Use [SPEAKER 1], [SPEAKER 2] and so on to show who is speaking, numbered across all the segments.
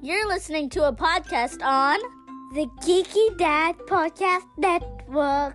[SPEAKER 1] You're listening to a podcast on the Geeky Dad Podcast Network.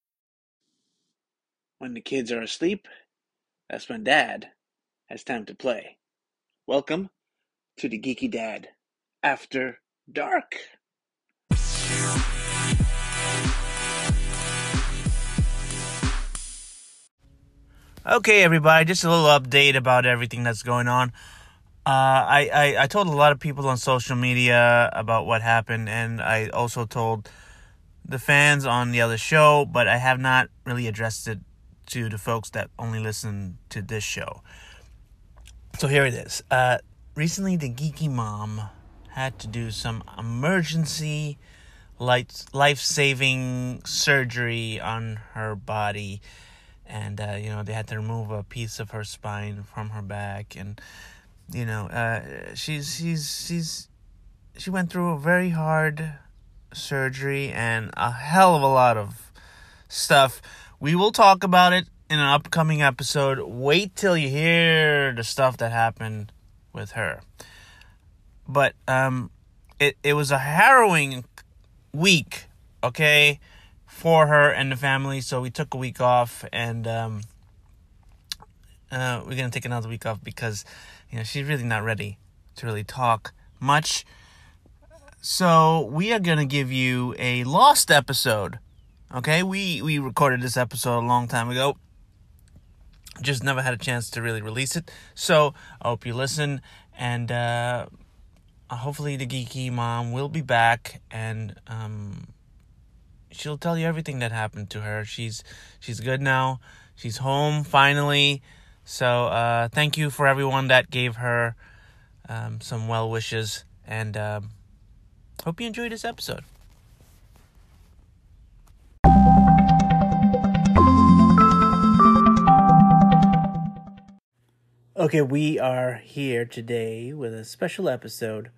[SPEAKER 2] When the kids are asleep, that's when dad has time to play. Welcome to the Geeky Dad After Dark. Okay, everybody, just a little update about everything that's going on. Uh, I, I, I told a lot of people on social media about what happened, and I also told the fans on the other show, but I have not really addressed it to the folks that only listen to this show. So here it is. Uh, recently, the geeky mom had to do some emergency life saving surgery on her body. And, uh, you know, they had to remove a piece of her spine from her back. And, you know, uh, she's, she's, she's, she went through a very hard surgery and a hell of a lot of stuff. We will talk about it in an upcoming episode. Wait till you hear the stuff that happened with her. But um it it was a harrowing week, okay, for her and the family, so we took a week off and um uh, we're gonna take another week off because you know she's really not ready to really talk much. So we are gonna give you a lost episode. Okay, we we recorded this episode a long time ago. Just never had a chance to really release it. So I hope you listen, and uh, hopefully the geeky mom will be back, and um, she'll tell you everything that happened to her. She's she's good now. She's home finally. So uh, thank you for everyone that gave her um, some well wishes and. Um, Hope you enjoyed this episode. Okay, we are here today with a special episode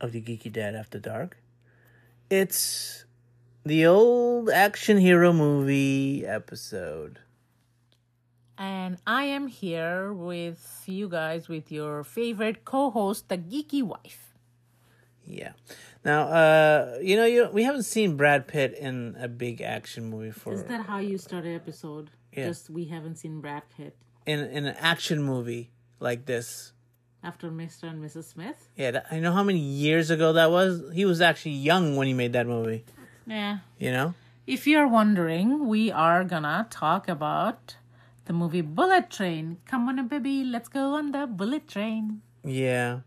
[SPEAKER 2] of the Geeky Dad After Dark. It's the old action hero movie episode.
[SPEAKER 3] And I am here with you guys with your favorite co host, the geeky wife.
[SPEAKER 2] Yeah. Now, uh, you know, you we haven't seen Brad Pitt in a big action movie for
[SPEAKER 3] Is that how you start an episode?
[SPEAKER 2] Yeah.
[SPEAKER 3] Just we haven't seen Brad Pitt
[SPEAKER 2] in in an action movie like this.
[SPEAKER 3] after Mr. and Mrs. Smith?
[SPEAKER 2] Yeah, that, I know how many years ago that was. He was actually young when he made that movie.
[SPEAKER 3] Yeah.
[SPEAKER 2] You know,
[SPEAKER 3] If you're wondering, we are gonna talk about the movie Bullet Train. Come on, baby, let's go on the bullet train.
[SPEAKER 2] yeah,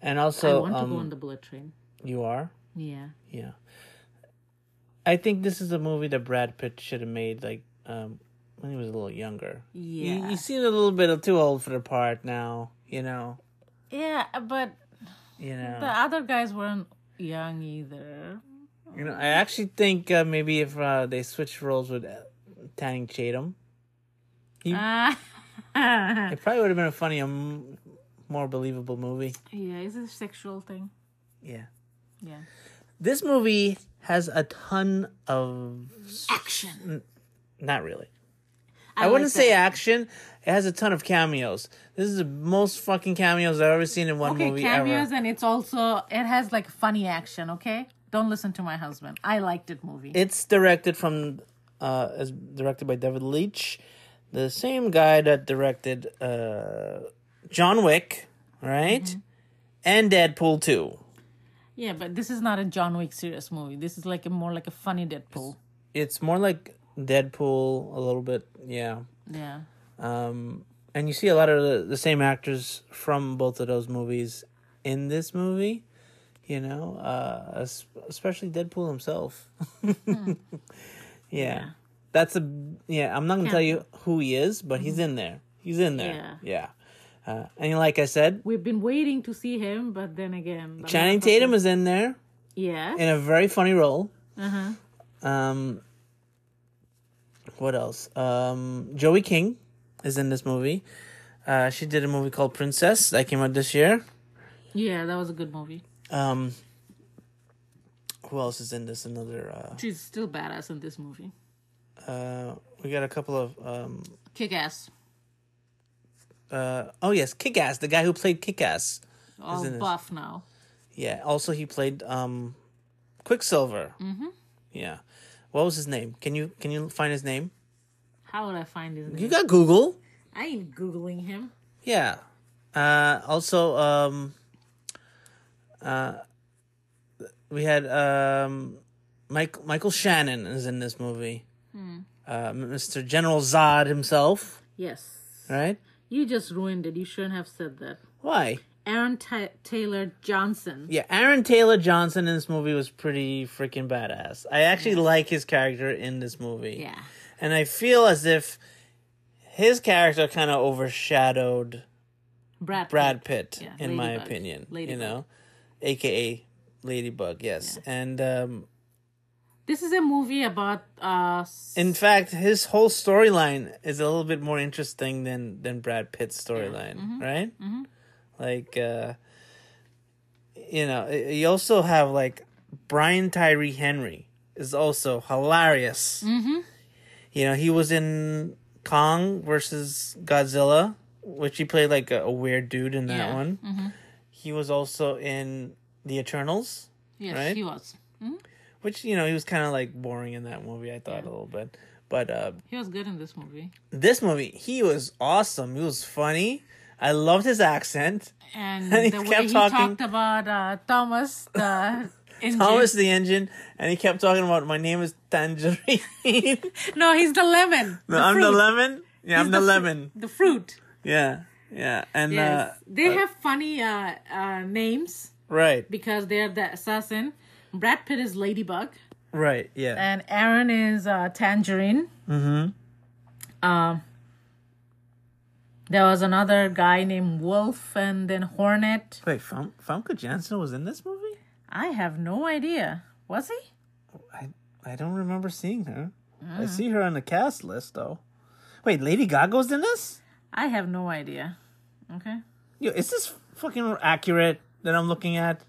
[SPEAKER 2] and
[SPEAKER 3] I
[SPEAKER 2] also
[SPEAKER 3] want to go on
[SPEAKER 2] um,
[SPEAKER 3] the bullet train.
[SPEAKER 2] you are
[SPEAKER 3] Yeah.
[SPEAKER 2] yeah. I think this is a movie that Brad Pitt should have made like um, when he was a little younger.
[SPEAKER 3] Yeah.
[SPEAKER 2] He, he seemed a little bit too old for the part now. You know,
[SPEAKER 3] Yeah, but
[SPEAKER 2] you know.
[SPEAKER 3] the other guys weren't young either.
[SPEAKER 2] You know, I actually think uh, maybe if uh, they switch roles with uh, Tanning Tatum,
[SPEAKER 3] Ah.
[SPEAKER 2] it probably would have been a funny, um, more believable movie.
[SPEAKER 3] yeah, is it a sexual thing?
[SPEAKER 2] Yeah,
[SPEAKER 3] Yeah.
[SPEAKER 2] this movie has a ton of
[SPEAKER 3] Action.
[SPEAKER 2] not really. I, wouldn't say action. It has a ton of cameos. This is the most fucking cameos I've ever seen in one
[SPEAKER 3] Okay,
[SPEAKER 2] movie
[SPEAKER 3] cameos,
[SPEAKER 2] ever.
[SPEAKER 3] and it's also it has like funny action. Okay, don't listen to my husband. I liked it movie.
[SPEAKER 2] It's directed from, uh, is directed by David Leitch, the same guy that directed uh, John Wick, right, and Deadpool two.
[SPEAKER 3] yeah, but this is not a John Wick serious movie. This is like a more like a funny Deadpool.
[SPEAKER 2] it's more like Deadpool a little bit, yeah.
[SPEAKER 3] Yeah,
[SPEAKER 2] Um, and you see a lot of the, the same actors from both of those movies in this movie, you know, uh, es- especially Deadpool himself. Hmm. yeah. That's a yeah. I'm not gonna tell you who he is, but he's in there. He's in there. Yeah. Uh, and like I said,
[SPEAKER 3] We've been waiting to see him, but then again, the
[SPEAKER 2] Channing
[SPEAKER 3] last of
[SPEAKER 2] Tatum
[SPEAKER 3] us-
[SPEAKER 2] is in there
[SPEAKER 3] Yeah.
[SPEAKER 2] in a very funny role. Um, what else? Um, Joey King is in this movie. Uh, she did a movie called Princess that came out this year.
[SPEAKER 3] yeah, that was a good movie.
[SPEAKER 2] Um, who else is in this? Another.
[SPEAKER 3] She's still badass in this movie.
[SPEAKER 2] Uh, uh, we got a couple of. Um,
[SPEAKER 3] Kick ass.
[SPEAKER 2] uh, oh yes, Kick Ass, the guy who played Kick Ass.
[SPEAKER 3] All
[SPEAKER 2] Isn't it?
[SPEAKER 3] buff now.
[SPEAKER 2] Yeah. Also, he played um, Quicksilver. Mm-hmm. Yeah. What was his name? Can you can you find his name?
[SPEAKER 3] How would I find his name?
[SPEAKER 2] You got Google.
[SPEAKER 3] I ain't googling him.
[SPEAKER 2] Yeah. Uh, also, um, uh, we had um, Mike, Michael Shannon is in this movie. Uh, Mr. General Zod himself,
[SPEAKER 3] Yes,
[SPEAKER 2] right?
[SPEAKER 3] you just ruined it. You shouldn't have said that.
[SPEAKER 2] Why?
[SPEAKER 3] Aaron Ta Taylor Johnson.
[SPEAKER 2] Yeah, Aaron Taylor Johnson in this movie was pretty freaking badass. I actually like his character in this movie.
[SPEAKER 3] Yeah.
[SPEAKER 2] And I feel as if his character kind of overshadowed
[SPEAKER 3] Brad.
[SPEAKER 2] Brad
[SPEAKER 3] Pitt.
[SPEAKER 2] Pitt,
[SPEAKER 3] Yeah,
[SPEAKER 2] in my
[SPEAKER 3] Ladybug.
[SPEAKER 2] opinion. You
[SPEAKER 3] Ladybug.
[SPEAKER 2] know, aka Ladybug. Yes, and um,
[SPEAKER 3] This is a movie about uh. s-
[SPEAKER 2] in fact, his whole storyline is a little bit more interesting than than Brad Pitt's storyline, right? Mm-hmm. Like, uh, you know, y- you also have like Brian Tyree Henry is also hilarious. Mm-hmm. You know, he was in Kong versus Godzilla, which he played like a, a weird dude in that
[SPEAKER 3] Yeah.
[SPEAKER 2] one. He was also in The Eternals,
[SPEAKER 3] yes,
[SPEAKER 2] right?
[SPEAKER 3] he was.
[SPEAKER 2] which you know he was kind of like boring in that movie. I thought a little bit, but uh,
[SPEAKER 3] He was good in this movie.
[SPEAKER 2] this movie he was awesome. He was funny. I loved his accent.
[SPEAKER 3] And,
[SPEAKER 2] he
[SPEAKER 3] the way
[SPEAKER 2] kept
[SPEAKER 3] he
[SPEAKER 2] talking-
[SPEAKER 3] talked about uh, Thomas the. engine-
[SPEAKER 2] Thomas the engine, and he kept talking about my name is Tangerine. no,
[SPEAKER 3] No, he's the lemon. The
[SPEAKER 2] I'm the
[SPEAKER 3] fruit.
[SPEAKER 2] lemon. Yeah, I'm
[SPEAKER 3] He's
[SPEAKER 2] the,
[SPEAKER 3] fru-
[SPEAKER 2] lemon.
[SPEAKER 3] The fruit.
[SPEAKER 2] Yeah, yeah, and
[SPEAKER 3] Yes.
[SPEAKER 2] uh,
[SPEAKER 3] they have funny uh, uh, names
[SPEAKER 2] right,
[SPEAKER 3] because they're the assassin. Brad Pitt is Ladybug.
[SPEAKER 2] right, yeah,
[SPEAKER 3] and Aaron is uh, Tangerine. Mm-hmm. Um, there was another guy named Wolf, and then Hornet.
[SPEAKER 2] Wait, Fam- Famke Janssen was in this movie?
[SPEAKER 3] I have no idea. Was he?
[SPEAKER 2] I I don't remember seeing her.
[SPEAKER 3] Mm.
[SPEAKER 2] I see her on the cast list though. Wait, Lady Gaga's in this?
[SPEAKER 3] I have no idea. Okay.
[SPEAKER 2] Yo, is this fucking accurate that I'm looking at?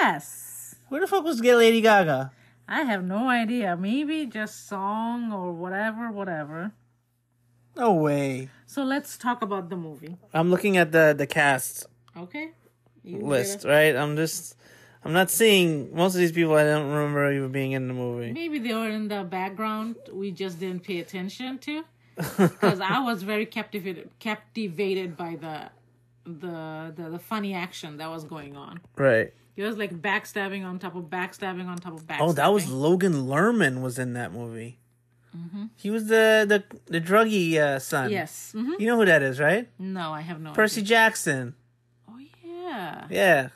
[SPEAKER 3] Yes.
[SPEAKER 2] Where the fuck was Ga- Lady Gaga?
[SPEAKER 3] I have no idea. Maybe just song or whatever, whatever.
[SPEAKER 2] No way.
[SPEAKER 3] So let's talk about the movie.
[SPEAKER 2] I'm looking at the the cast
[SPEAKER 3] Okay. You
[SPEAKER 2] list,
[SPEAKER 3] did
[SPEAKER 2] right? I'm just I'm not seeing most of these people I don't remember even being in the
[SPEAKER 3] it.
[SPEAKER 2] movie.
[SPEAKER 3] Maybe they were in the background. We just didn't pay attention to. because I was very captivated captivated by the, the the the funny action that was going on.
[SPEAKER 2] Right.
[SPEAKER 3] It was like backstabbing on top of backstabbing on top of backstabbing.
[SPEAKER 2] Oh, that was Logan Lerman was in that movie. He was the the the druggy uh, son.
[SPEAKER 3] Mm-hmm. yes. hmm
[SPEAKER 2] You know who that is, right?
[SPEAKER 3] No, I have no.
[SPEAKER 2] Percy Jackson.
[SPEAKER 3] Idea. Oh yeah.
[SPEAKER 2] Yeah.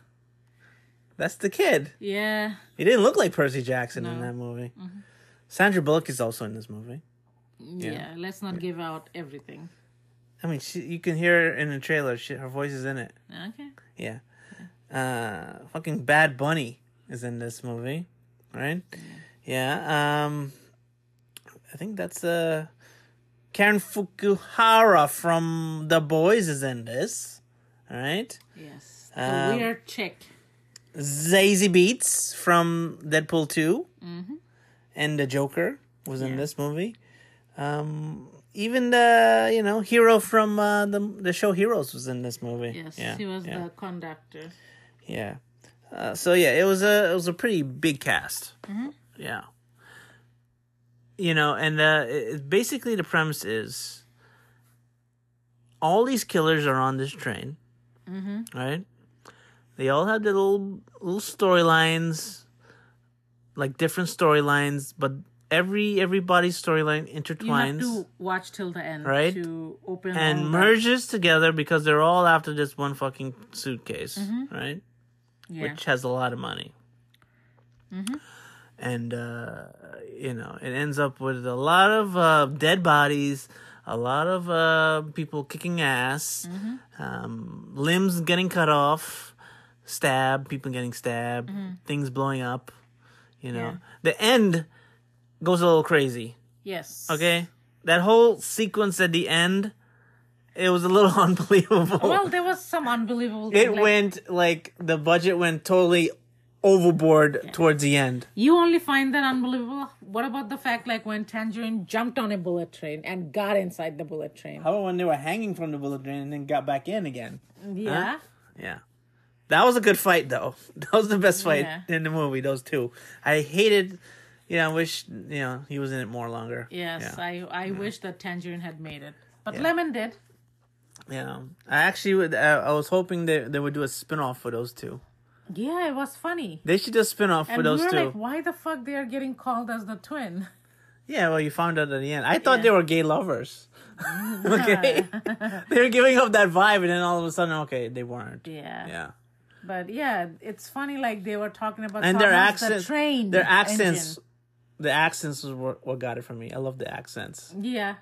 [SPEAKER 2] That's the kid.
[SPEAKER 3] Yeah.
[SPEAKER 2] He didn't look like Percy Jackson in
[SPEAKER 3] No. Mm-hmm.
[SPEAKER 2] that movie. Sandra Bullock is also in this movie.
[SPEAKER 3] Yeah. Let's not give out everything.
[SPEAKER 2] I mean, she, you can hear her in the trailer. She, her voice is in it.
[SPEAKER 3] Okay.
[SPEAKER 2] Yeah. Uh, fucking Bad Bunny is in this movie, right? Yeah. Um, I think that's uh, Karen Fukuhara from The Boys is in this, all right?
[SPEAKER 3] Yes. The
[SPEAKER 2] Um,
[SPEAKER 3] weird chick.
[SPEAKER 2] Zazie Beats from Deadpool 2
[SPEAKER 3] Mm-hmm.
[SPEAKER 2] and the Joker was in this movie. Um, even the you know hero from uh, the the show Heroes was in this movie.
[SPEAKER 3] Yes.
[SPEAKER 2] yeah,
[SPEAKER 3] he was
[SPEAKER 2] yeah,
[SPEAKER 3] the conductor.
[SPEAKER 2] yeah. Uh, so yeah, it was a it was a pretty big cast.
[SPEAKER 3] Mm-hmm.
[SPEAKER 2] Yeah, you know, and uh, it, it- basically the premise is all these killers are on this train,
[SPEAKER 3] Mm-hmm.
[SPEAKER 2] right? They all have their little little storylines, like different storylines, but every everybody's storyline
[SPEAKER 3] You
[SPEAKER 2] intertwines
[SPEAKER 3] have to watch till the end
[SPEAKER 2] Right.
[SPEAKER 3] to open all
[SPEAKER 2] and
[SPEAKER 3] the-
[SPEAKER 2] merges together because they're all after this one fucking
[SPEAKER 3] Mm-hmm.
[SPEAKER 2] suitcase, right?
[SPEAKER 3] Yeah. Mm-hmm.
[SPEAKER 2] which has a lot of money. and uh, you know it ends up with a lot of uh, dead bodies, a lot of uh, people kicking ass,
[SPEAKER 3] Mm-hmm.
[SPEAKER 2] um, limbs getting cut off, stabbed, people getting stabbed, things blowing up. You know
[SPEAKER 3] Mm-hmm. Yeah.
[SPEAKER 2] the end goes a little crazy.
[SPEAKER 3] Yes.
[SPEAKER 2] Okay, that whole sequence at the end, it was a little unbelievable.
[SPEAKER 3] Well, there was some unbelievable.
[SPEAKER 2] it
[SPEAKER 3] like,
[SPEAKER 2] went like the budget went totally overboard towards the end.
[SPEAKER 3] You only find that unbelievable. What about the fact, like when Tangerine jumped on a bullet train and got inside the bullet train?
[SPEAKER 2] How about when they were hanging from the bullet train and then got back in again?
[SPEAKER 3] Yeah.
[SPEAKER 2] Yeah. That was a good fight, though. That was the best fight
[SPEAKER 3] Yeah.
[SPEAKER 2] in the movie, those two. I hated, you know, I wish, you know, he was in it more longer.
[SPEAKER 3] Yes,
[SPEAKER 2] Yeah.
[SPEAKER 3] I I wish that Tangerine had made it, but Lemon did.
[SPEAKER 2] yeah. I actually, would, I, I was hoping they, they would do a spin off for those two.
[SPEAKER 3] Yeah, it was funny.
[SPEAKER 2] They should do a spin off for
[SPEAKER 3] And
[SPEAKER 2] those
[SPEAKER 3] we were
[SPEAKER 2] two.
[SPEAKER 3] like, why the fuck they are getting called as the twin?
[SPEAKER 2] Yeah, well, you found out at the end. I thought they were gay lovers. okay. they were giving up that vibe, and then all of a sudden, okay, they weren't.
[SPEAKER 3] Yeah.
[SPEAKER 2] Yeah.
[SPEAKER 3] But yeah, it's funny. Like they were talking about
[SPEAKER 2] and their
[SPEAKER 3] Thomas the
[SPEAKER 2] accents,
[SPEAKER 3] train
[SPEAKER 2] their accents,
[SPEAKER 3] engine.
[SPEAKER 2] the accents was what, what got it for me. I love the accents,
[SPEAKER 3] Yeah.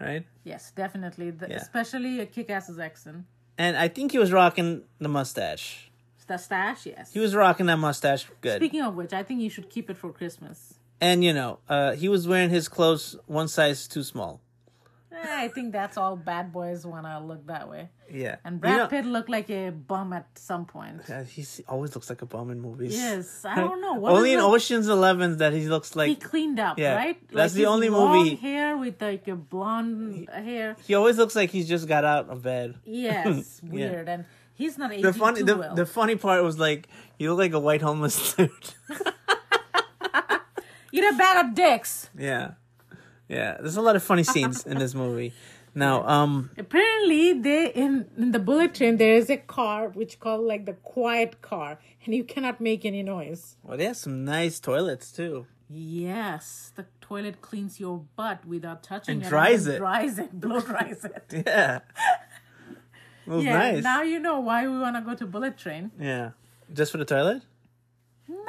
[SPEAKER 2] right?
[SPEAKER 3] Yes, definitely. The,
[SPEAKER 2] Yeah.
[SPEAKER 3] Especially a kick-ass's accent.
[SPEAKER 2] And I think he was rocking the mustache.
[SPEAKER 3] The stash, yes.
[SPEAKER 2] He was rocking that mustache good.
[SPEAKER 3] Speaking of which, I think you should keep it for Christmas.
[SPEAKER 2] and you know, uh, he was wearing his clothes one size too small.
[SPEAKER 3] Eh, I think that's all bad boys wanna look that way.
[SPEAKER 2] Yeah,
[SPEAKER 3] And
[SPEAKER 2] You
[SPEAKER 3] Brad
[SPEAKER 2] know-
[SPEAKER 3] Pitt looked like a bum at some point.
[SPEAKER 2] Uh, he always looks like a bum in movies.
[SPEAKER 3] Yes, I don't know. What
[SPEAKER 2] Only
[SPEAKER 3] is
[SPEAKER 2] in
[SPEAKER 3] it-
[SPEAKER 2] Ocean's Eleven that he looks
[SPEAKER 3] He
[SPEAKER 2] like
[SPEAKER 3] cleaned up,
[SPEAKER 2] Yeah,
[SPEAKER 3] right?
[SPEAKER 2] that's the
[SPEAKER 3] his
[SPEAKER 2] only
[SPEAKER 3] long
[SPEAKER 2] movie-
[SPEAKER 3] Hair with like a blonde hair.
[SPEAKER 2] He always looks like he's just got out of bed.
[SPEAKER 3] Yes, weird. And he's not aging
[SPEAKER 2] The funny,
[SPEAKER 3] too
[SPEAKER 2] the,
[SPEAKER 3] well.
[SPEAKER 2] the funny part was like you look like a white homeless dude.
[SPEAKER 3] Eat a bag of dicks.
[SPEAKER 2] yeah, yeah. There's a lot of funny scenes in this movie. Now, um,
[SPEAKER 3] Apparently, they in, in the bullet train there is a car which called like the quiet car, and you cannot make any noise.
[SPEAKER 2] well, they have some nice toilets too.
[SPEAKER 3] Yes, the toilet cleans your butt without touching
[SPEAKER 2] And
[SPEAKER 3] it.
[SPEAKER 2] dries
[SPEAKER 3] and
[SPEAKER 2] it.
[SPEAKER 3] Dries it. Blow dries it.
[SPEAKER 2] Yeah, it was
[SPEAKER 3] Yeah,
[SPEAKER 2] nice.
[SPEAKER 3] now you know why we want to go to bullet train.
[SPEAKER 2] yeah, just for the toilet.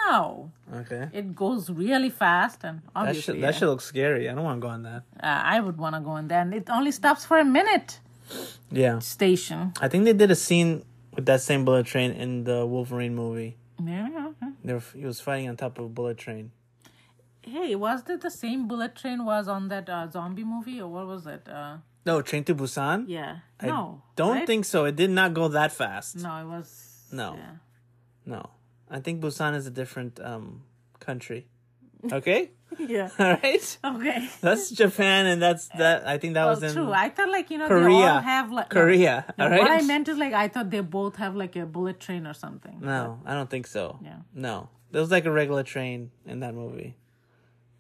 [SPEAKER 3] No,
[SPEAKER 2] Okay,
[SPEAKER 3] it goes really fast and
[SPEAKER 2] that
[SPEAKER 3] obviously
[SPEAKER 2] should that should look scary. I don't want to go on that.
[SPEAKER 3] uh, I would want to go in there. And it only stops for a minute
[SPEAKER 2] Yeah,
[SPEAKER 3] station.
[SPEAKER 2] I think they did a scene with that same bullet train in the Wolverine movie.
[SPEAKER 3] Yeah.
[SPEAKER 2] They were, he was fighting on top of a bullet train.
[SPEAKER 3] Hey, was that the same bullet train was on that uh, zombie movie or what was it? Uh,
[SPEAKER 2] No, Train to Busan.
[SPEAKER 3] yeah.
[SPEAKER 2] I
[SPEAKER 3] no.
[SPEAKER 2] don't
[SPEAKER 3] right?
[SPEAKER 2] think so. It did not go that fast.
[SPEAKER 3] No, it was.
[SPEAKER 2] No.
[SPEAKER 3] yeah.
[SPEAKER 2] No. I think Busan is a different um country. Okay?
[SPEAKER 3] Yeah.
[SPEAKER 2] all right.
[SPEAKER 3] Okay.
[SPEAKER 2] That's Japan and that's that I think that
[SPEAKER 3] Oh,
[SPEAKER 2] was in
[SPEAKER 3] true. I thought like you know they all
[SPEAKER 2] Korea.
[SPEAKER 3] have like no,
[SPEAKER 2] Korea,
[SPEAKER 3] no,
[SPEAKER 2] all right?
[SPEAKER 3] What I meant is like I thought they both have like a bullet train or something.
[SPEAKER 2] No, I don't think so.
[SPEAKER 3] Yeah.
[SPEAKER 2] No. There was like a regular train in that movie.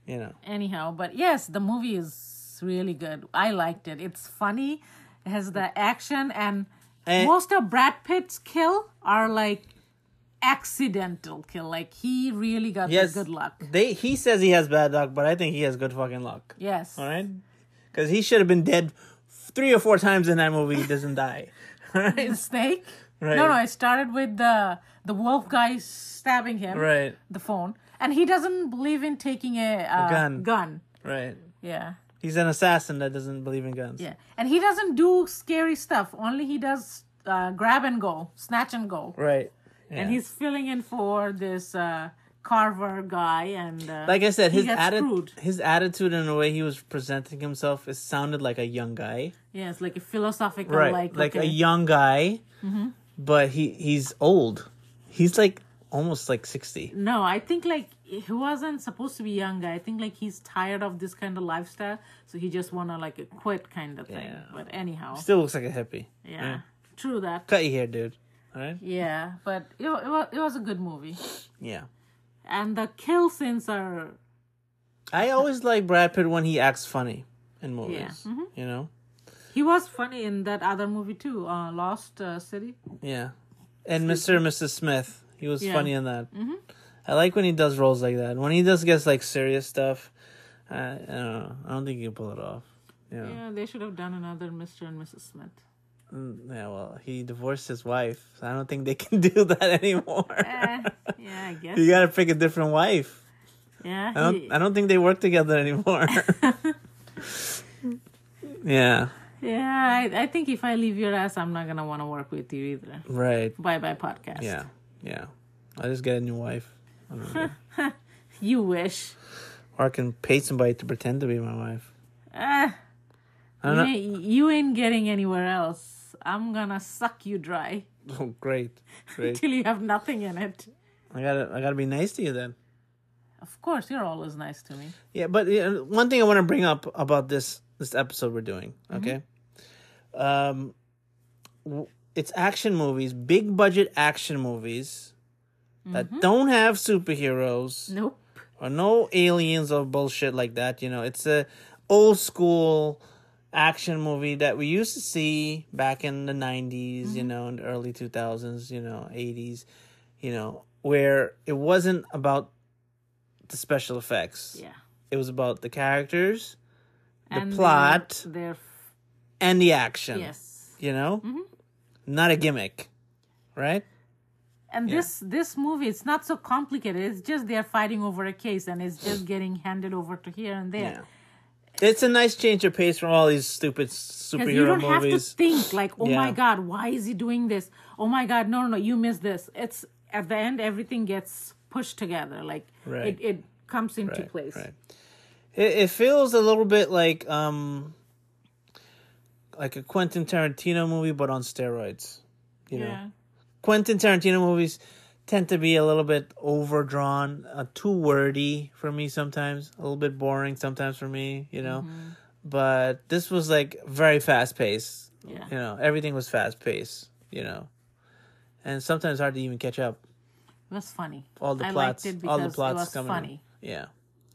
[SPEAKER 2] You know.
[SPEAKER 3] anyhow but yes the movie is really good i liked it it's funny it has the action and
[SPEAKER 2] Eh.
[SPEAKER 3] most of brad pitt's kill are like accidental kill like he really got
[SPEAKER 2] Yes.
[SPEAKER 3] the good luck
[SPEAKER 2] They he says he has bad luck, but I think he has good fucking luck.
[SPEAKER 3] yes
[SPEAKER 2] All right? Cuz he should have been dead 3 or 4 times in that movie he doesn't die. All right?
[SPEAKER 3] the snake
[SPEAKER 2] Right.
[SPEAKER 3] no no it started with the the wolf guy stabbing him
[SPEAKER 2] Right.
[SPEAKER 3] the phone and he doesn't believe in taking a, uh,
[SPEAKER 2] gun.
[SPEAKER 3] gun
[SPEAKER 2] Right.
[SPEAKER 3] yeah
[SPEAKER 2] He's an assassin that doesn't believe in guns.
[SPEAKER 3] yeah and he doesn't do scary stuff only he does uh, grab and go snatch and go
[SPEAKER 2] Right.
[SPEAKER 3] and
[SPEAKER 2] Yeah.
[SPEAKER 3] he's filling in for this uh, Carver guy, and uh,
[SPEAKER 2] like I said,
[SPEAKER 3] he
[SPEAKER 2] his
[SPEAKER 3] got
[SPEAKER 2] attitude,
[SPEAKER 3] screwed.
[SPEAKER 2] his attitude, and the way he was presenting himself, it sounded like a young guy,
[SPEAKER 3] Yes, like a philosophical,
[SPEAKER 2] Like,
[SPEAKER 3] like
[SPEAKER 2] a
[SPEAKER 3] okay. Mm-hmm.
[SPEAKER 2] young guy, but he he's old. He's like almost like sixty.
[SPEAKER 3] No, I think like he wasn't supposed to be young guy. I think like he's tired of this kind of lifestyle, so he just wanna like quit kind of thing.
[SPEAKER 2] Yeah.
[SPEAKER 3] But anyhow,
[SPEAKER 2] Still looks like a hippie.
[SPEAKER 3] yeah, true that.
[SPEAKER 2] Cut your hair, dude. All right.
[SPEAKER 3] Yeah, but it, wa- it was it was a good movie,
[SPEAKER 2] Yeah.
[SPEAKER 3] and the kill scenes are
[SPEAKER 2] I always like Brad Pitt when he acts funny in movies.
[SPEAKER 3] Yeah. Mm-hmm.
[SPEAKER 2] You know.
[SPEAKER 3] he was funny in that other movie too, uh, Lost uh, City.
[SPEAKER 2] Yeah. And Mr. and Mrs. Smith, he was
[SPEAKER 3] Yeah.
[SPEAKER 2] funny in that. Mm-hmm. I like when he does roles like that. When he does gets like serious stuff, I, I don't know. I don't think he can pull it off. Yeah. yeah.
[SPEAKER 3] Yeah, they should have done another Mr. and Mrs. Smith.
[SPEAKER 2] Mm, Well, he divorced his wife. So I don't think they can do that anymore.
[SPEAKER 3] Eh, yeah, I guess.
[SPEAKER 2] you gotta pick a different wife.
[SPEAKER 3] Yeah.
[SPEAKER 2] I don't.
[SPEAKER 3] he-
[SPEAKER 2] I don't think they work together anymore. yeah.
[SPEAKER 3] yeah. I, I think if I leave your ass, I'm not gonna want to work with you either.
[SPEAKER 2] Right.
[SPEAKER 3] Bye bye podcast.
[SPEAKER 2] Yeah. Yeah. I just get a new wife. I don't know.
[SPEAKER 3] You wish.
[SPEAKER 2] or I can pay somebody to pretend to be my wife.
[SPEAKER 3] Ah,
[SPEAKER 2] I
[SPEAKER 3] you,
[SPEAKER 2] don't know.
[SPEAKER 3] ain't, you ain't getting anywhere else. I'm gonna suck you dry
[SPEAKER 2] Oh, great. Great.
[SPEAKER 3] till you have nothing in it.
[SPEAKER 2] I gotta. I gotta be nice to you then.
[SPEAKER 3] Of course, you're always nice to me.
[SPEAKER 2] Yeah, but uh, one thing I want to bring up about this this episode we're doing, okay? Um, w- it's action movies, big budget action movies that don't have superheroes
[SPEAKER 3] Nope.
[SPEAKER 2] or no aliens or bullshit like that. You know, it's a old school action movie that we used to see back in the 90s,
[SPEAKER 3] Mm-hmm.
[SPEAKER 2] you know, in the early 2000s, you know, 80s, you know, where it wasn't about the special effects
[SPEAKER 3] Yeah.
[SPEAKER 2] it was about the characters
[SPEAKER 3] The
[SPEAKER 2] plot.
[SPEAKER 3] They're, they're f-
[SPEAKER 2] and the action.
[SPEAKER 3] yes. Mm-hmm.
[SPEAKER 2] You know? Not a gimmick. Right?
[SPEAKER 3] And this this movie, it's not so complicated. It's just they're fighting over a case, and it's
[SPEAKER 2] Mm.
[SPEAKER 3] just getting handed over to here and there.
[SPEAKER 2] It's a nice change of pace from all these stupid
[SPEAKER 3] Because you
[SPEAKER 2] superhero
[SPEAKER 3] don't have
[SPEAKER 2] movies.
[SPEAKER 3] to think like, oh my
[SPEAKER 2] Yeah.
[SPEAKER 3] god, why is he doing this? Oh my god, no, no, no, you missed this. It's at the end, everything gets pushed together. Like
[SPEAKER 2] Right.
[SPEAKER 3] it, it comes into
[SPEAKER 2] Right,
[SPEAKER 3] place.
[SPEAKER 2] right. It, it feels a little bit like um like a Quentin Tarantino movie but on steroids. You know.
[SPEAKER 3] Yeah.
[SPEAKER 2] Quentin Tarantino movies tend to be a little bit overdrawn, uh, too wordy for me sometimes, a little bit boring sometimes for me, you know.
[SPEAKER 3] Mm-hmm.
[SPEAKER 2] But this was like very fast paced.
[SPEAKER 3] Yeah.
[SPEAKER 2] You know, everything was fast paced, you know. And sometimes hard to even catch up.
[SPEAKER 3] It was funny.
[SPEAKER 2] All the
[SPEAKER 3] I
[SPEAKER 2] plots,
[SPEAKER 3] liked it
[SPEAKER 2] all
[SPEAKER 3] because
[SPEAKER 2] the plots
[SPEAKER 3] it was
[SPEAKER 2] coming.
[SPEAKER 3] funny.
[SPEAKER 2] Yeah.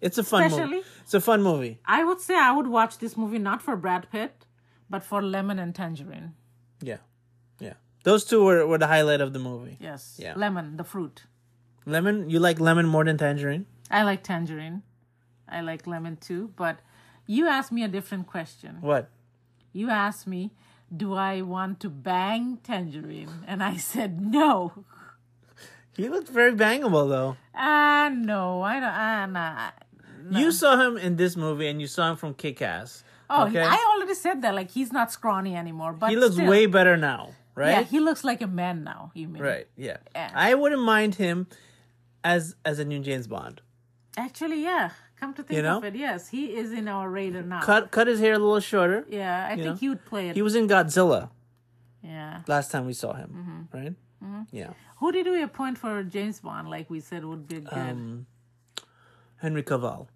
[SPEAKER 2] It's a fun
[SPEAKER 3] Especially-
[SPEAKER 2] movie. It's a fun movie.
[SPEAKER 3] I would say I would watch this movie not for Brad Pitt, but for Lemon and Tangerine.
[SPEAKER 2] Yeah. Yeah. Those two were, were the highlight of the movie.
[SPEAKER 3] Yes.
[SPEAKER 2] Yeah.
[SPEAKER 3] Lemon, the fruit.
[SPEAKER 2] Lemon, you like lemon more than tangerine?
[SPEAKER 3] I like tangerine. I like lemon too, but you asked me a different question.
[SPEAKER 2] What?
[SPEAKER 3] You asked me, do I want to bang tangerine? And I said no.
[SPEAKER 2] He looked very bangable though.
[SPEAKER 3] Ah, no, I don't. Ah, nah.
[SPEAKER 2] You saw him in this movie, and you saw him from Kick Ass.
[SPEAKER 3] Oh, I already said that. Like he's not scrawny anymore, but
[SPEAKER 2] he looks
[SPEAKER 3] still.
[SPEAKER 2] way better now,
[SPEAKER 3] Yeah,
[SPEAKER 2] right?
[SPEAKER 3] he looks like a man now. You mean
[SPEAKER 2] right, yeah.
[SPEAKER 3] Yeah.
[SPEAKER 2] I wouldn't mind him as as a new James Bond.
[SPEAKER 3] Actually, yeah. Come to think
[SPEAKER 2] You know?
[SPEAKER 3] of it, yes, he is in our radar now.
[SPEAKER 2] Cut cut his hair a little shorter.
[SPEAKER 3] Ah. Yeah, I think
[SPEAKER 2] know?
[SPEAKER 3] he would play it.
[SPEAKER 2] He was in Godzilla
[SPEAKER 3] yeah.
[SPEAKER 2] last time we saw him,
[SPEAKER 3] Mm-hmm.
[SPEAKER 2] right? Yeah,
[SPEAKER 3] Who did we appoint for James Bond? Like we said, would be good.
[SPEAKER 2] Um, Henry Cavill.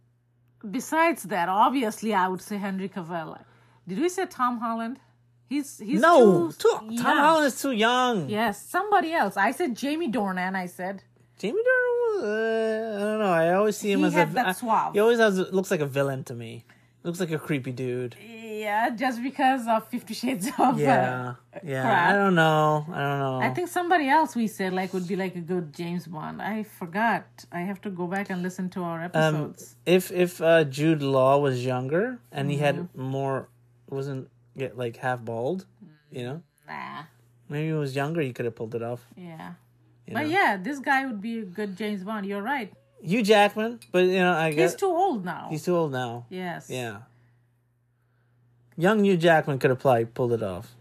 [SPEAKER 3] Besides that, obviously, I would say Henry Cavill. Did we say Tom Holland? He's he's
[SPEAKER 2] No,
[SPEAKER 3] too,
[SPEAKER 2] too, Tom
[SPEAKER 3] young.
[SPEAKER 2] Holland is too young.
[SPEAKER 3] Yes, somebody else. I said Jamie Dornan. I said
[SPEAKER 2] Jamie Dornan, uh, I don't know. I always see him
[SPEAKER 3] He
[SPEAKER 2] as
[SPEAKER 3] had
[SPEAKER 2] a.
[SPEAKER 3] that
[SPEAKER 2] I-
[SPEAKER 3] suave.
[SPEAKER 2] He always has looks like a villain to me. Looks like a creepy dude.
[SPEAKER 3] yeah, just because of Fifty Shades of.
[SPEAKER 2] Yeah, yeah.
[SPEAKER 3] crap.
[SPEAKER 2] I don't know. I don't know.
[SPEAKER 3] I think somebody else we said like would be like a good James Bond. I forgot. I have to go back and listen to
[SPEAKER 2] Um,
[SPEAKER 3] our episodes.
[SPEAKER 2] if if uh, Jude Law was younger and he had
[SPEAKER 3] Mm-hmm.
[SPEAKER 2] more, wasn't get like half bald, you know,
[SPEAKER 3] nah.
[SPEAKER 2] maybe he was younger, he could have pulled it off.
[SPEAKER 3] Yeah.
[SPEAKER 2] You
[SPEAKER 3] But
[SPEAKER 2] know?
[SPEAKER 3] yeah, this guy would be a good James Bond. You're right.
[SPEAKER 2] Hugh Jackman, but you know, I guess
[SPEAKER 3] He's too old now.
[SPEAKER 2] he's too old now.
[SPEAKER 3] yes.
[SPEAKER 2] Yeah, young Hugh Jackman could have probably pulled it off.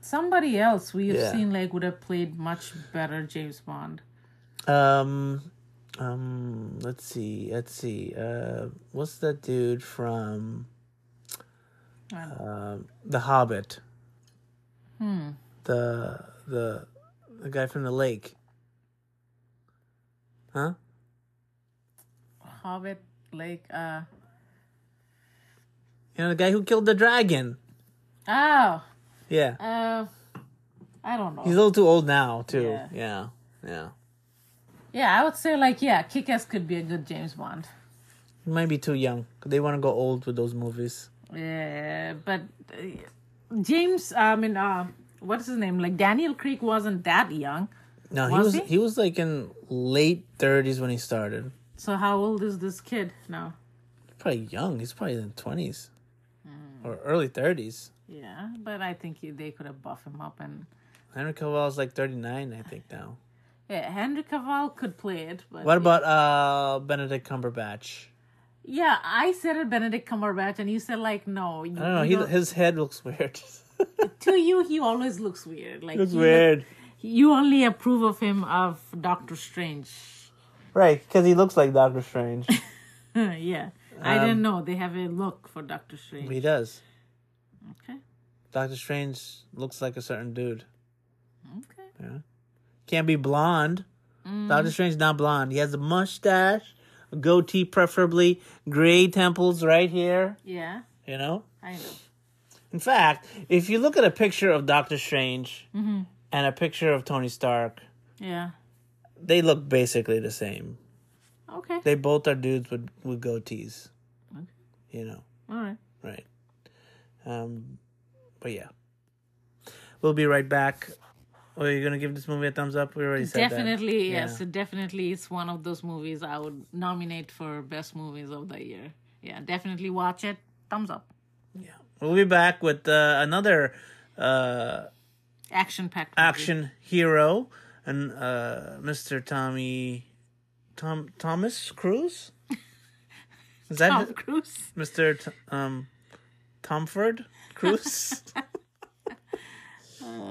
[SPEAKER 3] Somebody else we have
[SPEAKER 2] Yeah.
[SPEAKER 3] seen like would have played much better James Bond.
[SPEAKER 2] Um, um, let's see, let's see. Uh, what's that dude from um The Hobbit? Hmm. The the the guy from the lake. Huh?
[SPEAKER 3] Hobbit, like uh
[SPEAKER 2] You know the guy who killed the dragon.
[SPEAKER 3] oh
[SPEAKER 2] Yeah,
[SPEAKER 3] uh I don't know.
[SPEAKER 2] he's a little too old now too.
[SPEAKER 3] Yeah.
[SPEAKER 2] yeah. yeah.
[SPEAKER 3] yeah, I would say like yeah, Kick Ass could be a good James Bond.
[SPEAKER 2] He might be too young. They want to go old with those movies.
[SPEAKER 3] Yeah, but uh, James, I mean, uh, what's his name? Like Daniel Craig wasn't that young.
[SPEAKER 2] No,
[SPEAKER 3] Was
[SPEAKER 2] he
[SPEAKER 3] he?
[SPEAKER 2] was he was like in late thirties when he started.
[SPEAKER 3] So how old is this kid now?
[SPEAKER 2] probably young. He's probably in twenties or early thirties.
[SPEAKER 3] Yeah, but I think he, they could have buffed him up and
[SPEAKER 2] Henry Cavill's like thirty nine, I think now.
[SPEAKER 3] Yeah, Henry Cavill could play it, but
[SPEAKER 2] What about uh Benedict Cumberbatch?
[SPEAKER 3] yeah, I said it Benedict Cumberbatch, and you said like no. You,
[SPEAKER 2] I don't know.
[SPEAKER 3] you
[SPEAKER 2] He, his head looks weird.
[SPEAKER 3] to you, he always looks weird. Like
[SPEAKER 2] looks
[SPEAKER 3] he look-
[SPEAKER 2] weird.
[SPEAKER 3] you only approve of him of Doctor Strange.
[SPEAKER 2] Right, because he looks like Doctor Strange.
[SPEAKER 3] yeah, I
[SPEAKER 2] Um,
[SPEAKER 3] didn't know they have a look for Doctor Strange.
[SPEAKER 2] he does.
[SPEAKER 3] Okay,
[SPEAKER 2] Doctor Strange looks like a certain dude.
[SPEAKER 3] okay. Mm.
[SPEAKER 2] Can't be blonde. Doctor Strange's not blonde. He has a mustache, a goatee, preferably gray temples right here.
[SPEAKER 3] Yeah,
[SPEAKER 2] You know.
[SPEAKER 3] I know.
[SPEAKER 2] In fact, if you look at a picture of Doctor Strange and a picture of Tony Stark,
[SPEAKER 3] Yeah.
[SPEAKER 2] they look basically the same.
[SPEAKER 3] Okay.
[SPEAKER 2] They both are dudes with with goatees. You know.
[SPEAKER 3] All right.
[SPEAKER 2] Right. Um, but yeah, we'll be right back. Are you gonna give this movie a thumbs up? We already said that.
[SPEAKER 3] Definitely,
[SPEAKER 2] Yeah.
[SPEAKER 3] yes. It definitely is one of those movies I would nominate for best movies of the year. Yeah, definitely watch it. Thumbs up.
[SPEAKER 2] We'll be back with uh, another uh,
[SPEAKER 3] Action packed.
[SPEAKER 2] action hero and uh, Mr. Tommy Tom Thomas Cruise. Is that
[SPEAKER 3] Tom Cruise.
[SPEAKER 2] Mr. T- um, Tomford Cruise?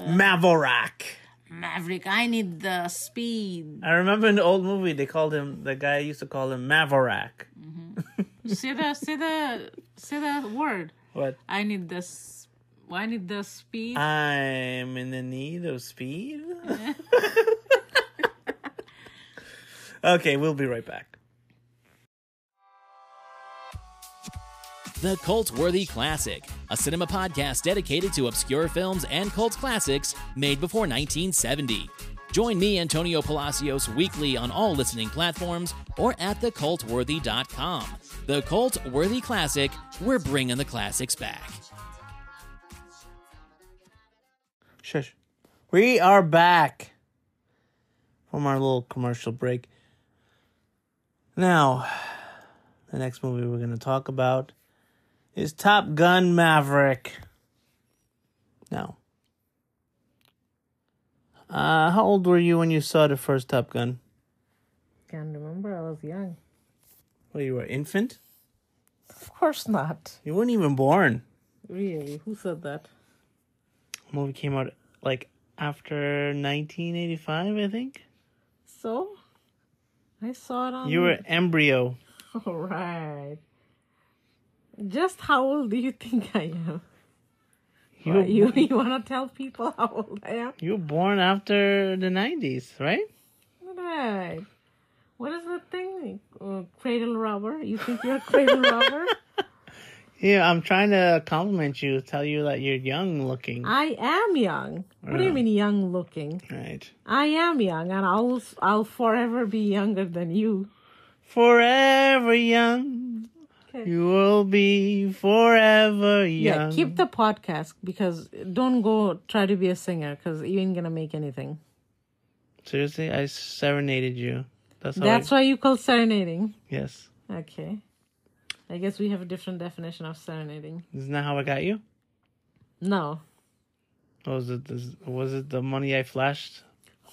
[SPEAKER 2] Maverick.
[SPEAKER 3] Maverick. I need the speed.
[SPEAKER 2] I remember in the old movie they called him the guy used to call him Maverick.
[SPEAKER 3] say the say the say the word.
[SPEAKER 2] What?
[SPEAKER 3] I need this. I need the speed.
[SPEAKER 2] I'm in the need of speed. okay, we'll be right back.
[SPEAKER 4] The Cult Worthy Classic, a cinema podcast dedicated to obscure films and cult classics made before 1970. Join me, Antonio Palacios, weekly on all listening platforms or at thecultworthy.com. The Cult Worthy Classic, we're bringing the classics back.
[SPEAKER 2] Shush. We are back from our little commercial break. Now, the next movie we're going to talk about is Top Gun Maverick. Now, uh, how old were you when you saw the first Top Gun?
[SPEAKER 3] Can't remember. I was young.
[SPEAKER 2] Well, you were infant.
[SPEAKER 3] Of course not.
[SPEAKER 2] You weren't even born.
[SPEAKER 3] Really? Who said that?
[SPEAKER 2] movie came out like after 1985, I think.
[SPEAKER 3] So, I saw it on.
[SPEAKER 2] You were embryo.
[SPEAKER 3] All right. Just how old do you think I am? You you, want to tell people how old I am?
[SPEAKER 2] You were born after the 90s, right?
[SPEAKER 3] All right. What is that thing? Uh, cradle robber? You think you're a cradle robber?
[SPEAKER 2] Yeah, I'm trying to compliment you, tell you that you're young looking.
[SPEAKER 3] I am young. What do you mean young looking?
[SPEAKER 2] Right.
[SPEAKER 3] I am young, and I'll I'll forever be younger than you.
[SPEAKER 2] Forever young.
[SPEAKER 3] Okay.
[SPEAKER 2] You will be forever
[SPEAKER 3] Yeah,
[SPEAKER 2] young.
[SPEAKER 3] keep the podcast because don't go try to be a singer because you ain't gonna make anything.
[SPEAKER 2] Seriously, I serenaded you. That's how
[SPEAKER 3] That's
[SPEAKER 2] I,
[SPEAKER 3] why you call serenading.
[SPEAKER 2] Yes.
[SPEAKER 3] Okay. I guess we have a different definition of serenading.
[SPEAKER 2] Isn't that how I got you?
[SPEAKER 3] No.
[SPEAKER 2] Or was it this, was it the money I flashed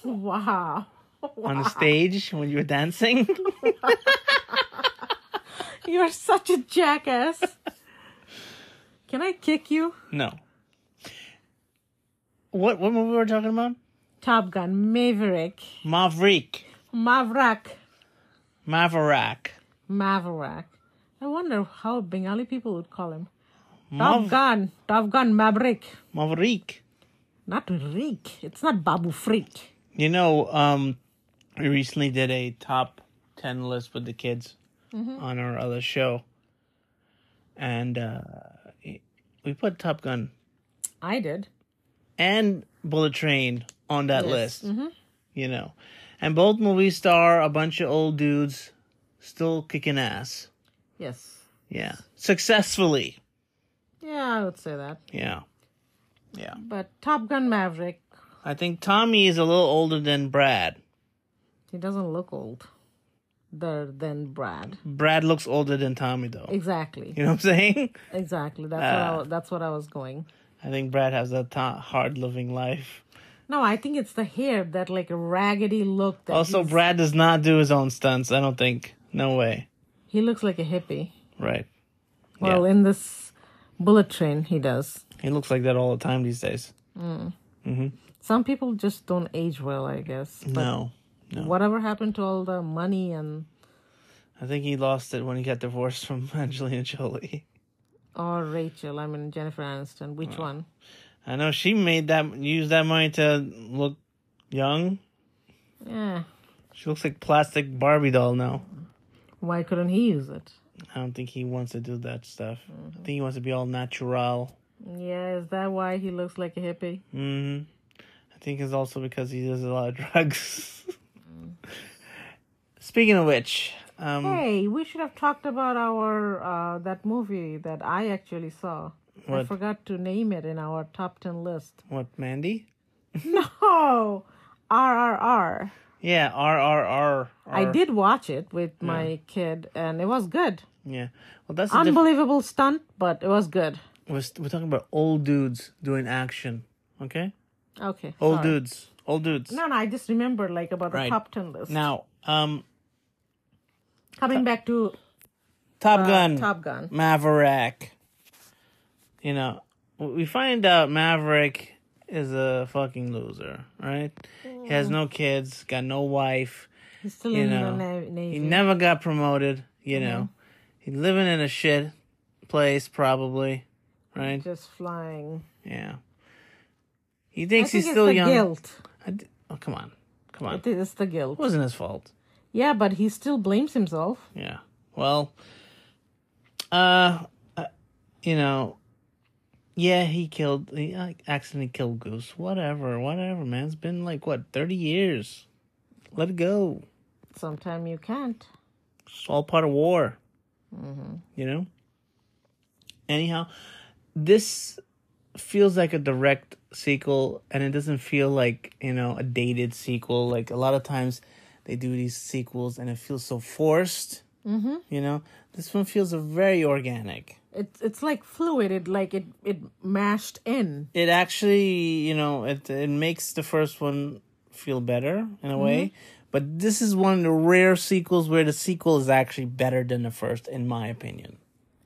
[SPEAKER 3] Wow.
[SPEAKER 2] on the stage when you were dancing?
[SPEAKER 3] You're such a jackass. Can I kick you?
[SPEAKER 2] No. What what movie were we talking about?
[SPEAKER 3] Top Gun, Maverick,
[SPEAKER 2] Maverick.
[SPEAKER 3] Mavrak,
[SPEAKER 2] Maverick.
[SPEAKER 3] Maverick. I wonder how Bengali people would call him. Top
[SPEAKER 2] Mav-
[SPEAKER 3] Gun, Top Gun, Maverick.
[SPEAKER 2] Maverick.
[SPEAKER 3] Not Rick. It's not Babu Frit.
[SPEAKER 2] You know, um, we recently did a top ten list with the kids on our other show, and uh, we put Top Gun
[SPEAKER 3] I did.
[SPEAKER 2] and Bullet Train on that list. You know, and both movies star a bunch of old dudes still kicking ass.
[SPEAKER 3] Yes.
[SPEAKER 2] Yeah, successfully.
[SPEAKER 3] Yeah, I would say that.
[SPEAKER 2] Yeah.
[SPEAKER 3] But Top Gun, Maverick,
[SPEAKER 2] I think Tommy is a little older than Brad.
[SPEAKER 3] he doesn't look old. There than Brad.
[SPEAKER 2] Brad looks older than Tommy, though.
[SPEAKER 3] Exactly.
[SPEAKER 2] You know what I'm saying? Ah.
[SPEAKER 3] Exactly. That's what I, wa- that's what I was going.
[SPEAKER 2] I think Brad has a ta- hard living life.
[SPEAKER 3] No, I think it's the hair that like raggedy look. That
[SPEAKER 2] Also,
[SPEAKER 3] he's-
[SPEAKER 2] Brad does not do his own stunts. I don't think. No way.
[SPEAKER 3] he looks like a hippie.
[SPEAKER 2] Right.
[SPEAKER 3] Well, in this bullet train, he does.
[SPEAKER 2] He looks like that all the time these days.
[SPEAKER 3] Some people just don't age well, I guess. But
[SPEAKER 2] No.
[SPEAKER 3] Whatever happened to all the money and
[SPEAKER 2] I think he lost it when he got divorced from Angelina Jolie.
[SPEAKER 3] or oh, Rachel? I mean Jennifer Aniston. Which one?
[SPEAKER 2] I know she made that use that money to look young.
[SPEAKER 3] Yeah.
[SPEAKER 2] She looks like plastic Barbie doll now.
[SPEAKER 3] Why couldn't he use it?
[SPEAKER 2] I don't think he wants to do that stuff. I think he wants to be all natural.
[SPEAKER 3] Yeah, is that why he looks like a hippie?
[SPEAKER 2] Hmm. I think it's also because he does a lot of drugs.
[SPEAKER 3] Mm.
[SPEAKER 2] Speaking of which, um,
[SPEAKER 3] Hey, we should have talked about our uh, that movie that I actually saw. I
[SPEAKER 2] What?
[SPEAKER 3] forgot to name it in our top ten list.
[SPEAKER 2] what Mandy?
[SPEAKER 3] No, RRR.
[SPEAKER 2] Yeah, R R R.
[SPEAKER 3] I did watch it with my kid, and it was good.
[SPEAKER 2] Yeah. Well, that's the diff-
[SPEAKER 3] Unbelievable stunt, but it was good.
[SPEAKER 2] we're, st- we're talking about old dudes doing action. Okay,
[SPEAKER 3] Okay.
[SPEAKER 2] old
[SPEAKER 3] sorry.
[SPEAKER 2] dudes, old dudes.
[SPEAKER 3] No, no, I just remembered like about the
[SPEAKER 2] Right.
[SPEAKER 3] top ten list.
[SPEAKER 2] Now, um,
[SPEAKER 3] coming back to
[SPEAKER 2] Top
[SPEAKER 3] uh,
[SPEAKER 2] Gun.
[SPEAKER 3] Top Gun.
[SPEAKER 2] Maverick. You know, we find out Maverick is a fucking loser, right? He has
[SPEAKER 3] Mm.
[SPEAKER 2] no kids, got no wife.
[SPEAKER 3] He's still
[SPEAKER 2] You
[SPEAKER 3] in
[SPEAKER 2] know,
[SPEAKER 3] the na- navy. Mm-hmm.
[SPEAKER 2] He never got promoted, you know. He's living in a shit place, probably, right?
[SPEAKER 3] just flying.
[SPEAKER 2] Yeah. He
[SPEAKER 3] I
[SPEAKER 2] thinks
[SPEAKER 3] think
[SPEAKER 2] he's
[SPEAKER 3] it's
[SPEAKER 2] still
[SPEAKER 3] the
[SPEAKER 2] young.
[SPEAKER 3] guilt.
[SPEAKER 2] I d- oh, come on. Come on.
[SPEAKER 3] It
[SPEAKER 2] It
[SPEAKER 3] is the guilt.
[SPEAKER 2] wasn't his fault.
[SPEAKER 3] Yeah, but he still blames himself.
[SPEAKER 2] Yeah. Well, uh, uh you know, yeah, he killed, he uh, accidentally killed Goose. Whatever, whatever, man. It's been like, what, 30 years? Let it go.
[SPEAKER 3] Sometimes you can't.
[SPEAKER 2] It's all part of war. You know? Anyhow, this feels like a direct sequel and it doesn't feel like, you know, a dated sequel. Like a lot of times they do these sequels and it feels so forced. Mm-hmm. You know? This one feels very organic.
[SPEAKER 3] It's it's like fluid. It like it it mashed in.
[SPEAKER 2] It actually, you know, it it makes the first one feel better in a way. But this is one of the rare sequels where the sequel is actually better than the first, in my opinion.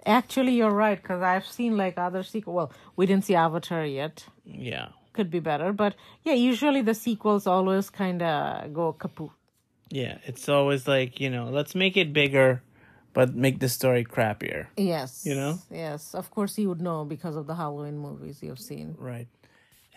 [SPEAKER 3] Actually, you're right because I've seen like other sequel. Well, we didn't see Avatar yet.
[SPEAKER 2] Yeah.
[SPEAKER 3] Could be better, but yeah, usually the sequels always kind of go kaput.
[SPEAKER 2] Yeah, it's always like, you know, let's make it bigger, but make the story crappier.
[SPEAKER 3] Yes. You
[SPEAKER 2] know?
[SPEAKER 3] Yes. Of course, you would know because of the Halloween movies you've seen.
[SPEAKER 2] Right.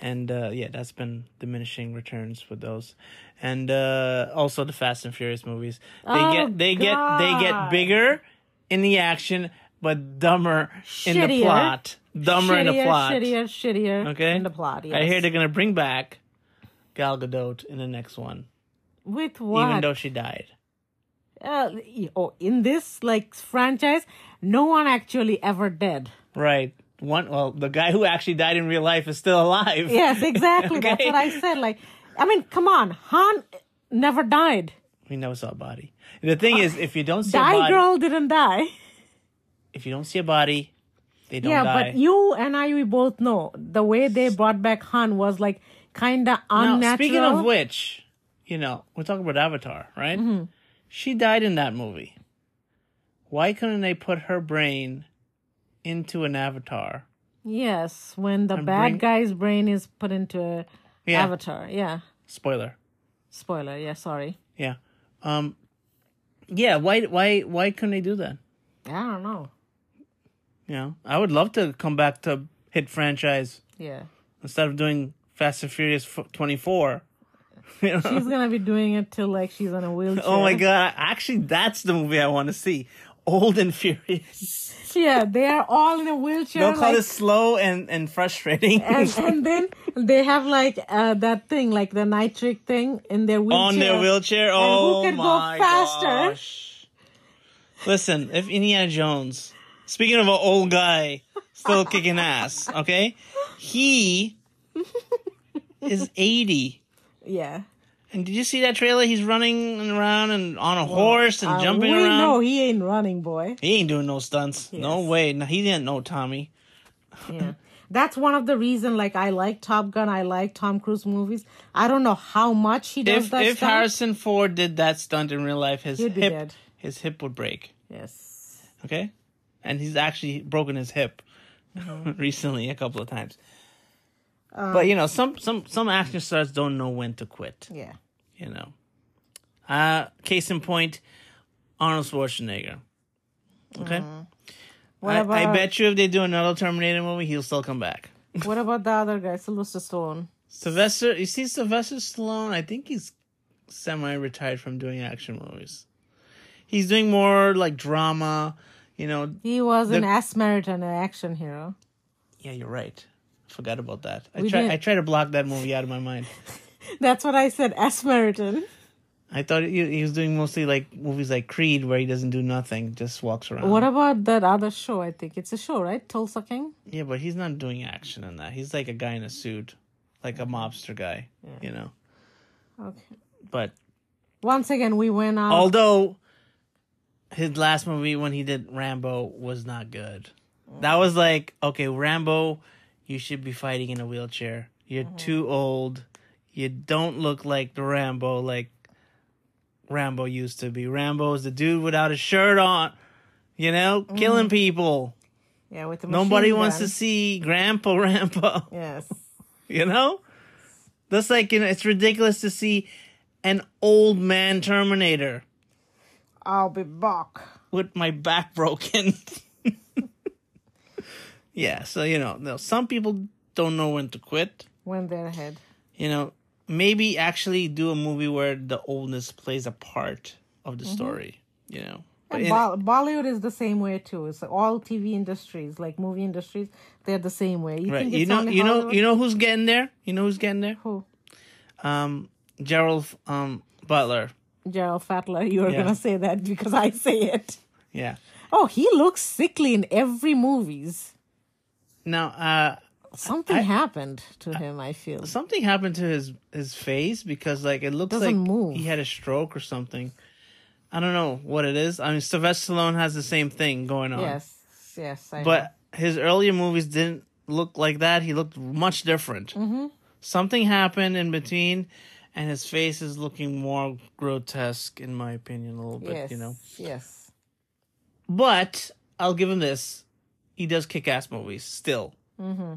[SPEAKER 2] And uh, yeah, that's been diminishing returns with those. And uh, also the Fast and Furious movies. They
[SPEAKER 3] Oh,
[SPEAKER 2] get they get they get
[SPEAKER 3] God.
[SPEAKER 2] bigger in the action, but dumber in the
[SPEAKER 3] Shittier.
[SPEAKER 2] plot. Dumber in the
[SPEAKER 3] Shittier,
[SPEAKER 2] plot.
[SPEAKER 3] Shittier, shittier.
[SPEAKER 2] Okay.
[SPEAKER 3] In the plot. Yes.
[SPEAKER 2] I hear they're gonna bring back Gal Gadot in the next one,
[SPEAKER 3] With what?
[SPEAKER 2] even though she died.
[SPEAKER 3] uh, oh, in this like franchise, no one actually ever did.
[SPEAKER 2] Right. One. Well, the guy who actually died in real life is still alive.
[SPEAKER 3] Yes, exactly. That's what I said. Like, I mean, come on, Han never died.
[SPEAKER 2] We never saw a body. The thing is, if you don't see a
[SPEAKER 3] Ah, Die
[SPEAKER 2] body,
[SPEAKER 3] girl didn't die.
[SPEAKER 2] if you don't see a body, they don't
[SPEAKER 3] yeah,
[SPEAKER 2] die.
[SPEAKER 3] but you and I, we both know the way they brought back Han was like kind of
[SPEAKER 2] Now,
[SPEAKER 3] unnatural. Mm-hmm.
[SPEAKER 2] speaking of which, you know, we're talking about Avatar, right? She died in that movie. Why couldn't they put her brain into an avatar?
[SPEAKER 3] yes, when the bad
[SPEAKER 2] bring-
[SPEAKER 3] guy's brain is put into a
[SPEAKER 2] Yeah.
[SPEAKER 3] avatar. Yeah,
[SPEAKER 2] Spoiler.
[SPEAKER 3] spoiler. Yeah, sorry.
[SPEAKER 2] Yeah. Um yeah, why why why couldn't they do that?
[SPEAKER 3] I don't know.
[SPEAKER 2] You know, I would love to come back to hit franchise
[SPEAKER 3] Yeah,
[SPEAKER 2] instead of doing Fast and Furious f- 24. You know?
[SPEAKER 3] she's gonna be doing it till like she's on a wheelchair.
[SPEAKER 2] Oh my god, actually that's the movie I want to see. Old and Furious.
[SPEAKER 3] Yeah, they are all in a wheelchair.
[SPEAKER 2] Don't call
[SPEAKER 3] like-
[SPEAKER 2] this slow and and frustrating.
[SPEAKER 3] and, and then they have like uh, that thing, like the nitric thing in their wheelchair.
[SPEAKER 2] on their wheelchair. Oh
[SPEAKER 3] could go
[SPEAKER 2] my
[SPEAKER 3] faster?
[SPEAKER 2] gosh! Listen, if Indiana Jones, speaking of an old guy still kicking ass, okay, he is eighty.
[SPEAKER 3] Yeah.
[SPEAKER 2] And did you see that trailer? He's running around and on a horse and
[SPEAKER 3] Uh,
[SPEAKER 2] jumping
[SPEAKER 3] we
[SPEAKER 2] around.
[SPEAKER 3] know he ain't running, boy.
[SPEAKER 2] He ain't doing no stunts. No way. No, he didn't know Tommy.
[SPEAKER 3] Yeah. That's one of the reason. Like I like Top Gun. I like Tom Cruise movies. I don't know how much he does
[SPEAKER 2] If
[SPEAKER 3] that
[SPEAKER 2] if
[SPEAKER 3] stuff.
[SPEAKER 2] Harrison Ford did that stunt in real life, his
[SPEAKER 3] He'd
[SPEAKER 2] hip
[SPEAKER 3] be dead.
[SPEAKER 2] his hip would break.
[SPEAKER 3] yes.
[SPEAKER 2] Okay, and he's actually broken his hip
[SPEAKER 3] Oh.
[SPEAKER 2] recently a couple of times.
[SPEAKER 3] Um,
[SPEAKER 2] but you know, some some some action stars don't know when to quit.
[SPEAKER 3] Yeah.
[SPEAKER 2] You know, uh, case in point, Arnold Schwarzenegger. Okay,
[SPEAKER 3] Mm-hmm. What
[SPEAKER 2] I,
[SPEAKER 3] about
[SPEAKER 2] I bet you if they do another Terminator movie, he'll still come back.
[SPEAKER 3] what about the other guy, Sylvester Stallone?
[SPEAKER 2] Sylvester, you see Sylvester Stallone. I think he's semi-retired from doing action movies. He's doing more like drama. You know.
[SPEAKER 3] He was an
[SPEAKER 2] The-
[SPEAKER 3] Asmeritan, an action hero.
[SPEAKER 2] Yeah, you're right. Forgot about that. I
[SPEAKER 3] We
[SPEAKER 2] try.
[SPEAKER 3] did-
[SPEAKER 2] I try to block that movie out of my mind.
[SPEAKER 3] That's what I said, Asmeritan.
[SPEAKER 2] I thought he, he was doing mostly like movies like Creed, where he doesn't do nothing, just walks around.
[SPEAKER 3] What about that other show? I think it's a show, right? Tulsa King.
[SPEAKER 2] Yeah, but he's not doing action in that. He's like a guy in a suit, like a mobster guy. You know.
[SPEAKER 3] Okay.
[SPEAKER 2] But
[SPEAKER 3] Once again, we went out.
[SPEAKER 2] Although his last movie when he did Rambo was not good. That was like, okay, Rambo, you should be fighting in a wheelchair. You're too old. You don't look like the Rambo like Rambo used to be. Rambo is the dude without a shirt on, you know, killing people.
[SPEAKER 3] yeah, with the
[SPEAKER 2] Nobody
[SPEAKER 3] machine
[SPEAKER 2] wants
[SPEAKER 3] gun.
[SPEAKER 2] to see Grandpa Rambo.
[SPEAKER 3] Yes.
[SPEAKER 2] You know? That's like you know, it's ridiculous to see an old man Terminator
[SPEAKER 3] I'll be back.
[SPEAKER 2] with my back broken. yeah, so you know, no, some people don't know when to quit.
[SPEAKER 3] When they're ahead.
[SPEAKER 2] You know, maybe actually do a movie where the oldness plays a part of the story. You know, but
[SPEAKER 3] And
[SPEAKER 2] in-
[SPEAKER 3] Bo- Bollywood is the same way too. It's all TV industries, like movie industries, they're the same way. You
[SPEAKER 2] right?
[SPEAKER 3] think
[SPEAKER 2] You
[SPEAKER 3] it's
[SPEAKER 2] know,
[SPEAKER 3] only
[SPEAKER 2] you know,
[SPEAKER 3] Hollywood?
[SPEAKER 2] you know who's getting there. You know who's getting there.
[SPEAKER 3] Who?
[SPEAKER 2] Gerald um, Butler.
[SPEAKER 3] Gerald Fatler. You were
[SPEAKER 2] Yeah.
[SPEAKER 3] gonna say that because I say it.
[SPEAKER 2] Yeah.
[SPEAKER 3] Oh, he looks sickly in every movies.
[SPEAKER 2] Now, uh,
[SPEAKER 3] Something happened to him. I feel.
[SPEAKER 2] something happened to his his face because like it looks
[SPEAKER 3] Doesn't
[SPEAKER 2] like
[SPEAKER 3] move.
[SPEAKER 2] he had a stroke or something. I don't know what it is. I mean, Sylvester Stallone has the same thing going on.
[SPEAKER 3] Yes. Yes. I know.
[SPEAKER 2] but his earlier movies didn't look like that. He looked much different. Mm-hmm. Something happened in between, and his face is looking more grotesque, in my opinion, a little bit.
[SPEAKER 3] yes.
[SPEAKER 2] You know,
[SPEAKER 3] Yes.
[SPEAKER 2] but I'll give him this: he does kick-ass movies still. Mm-hmm.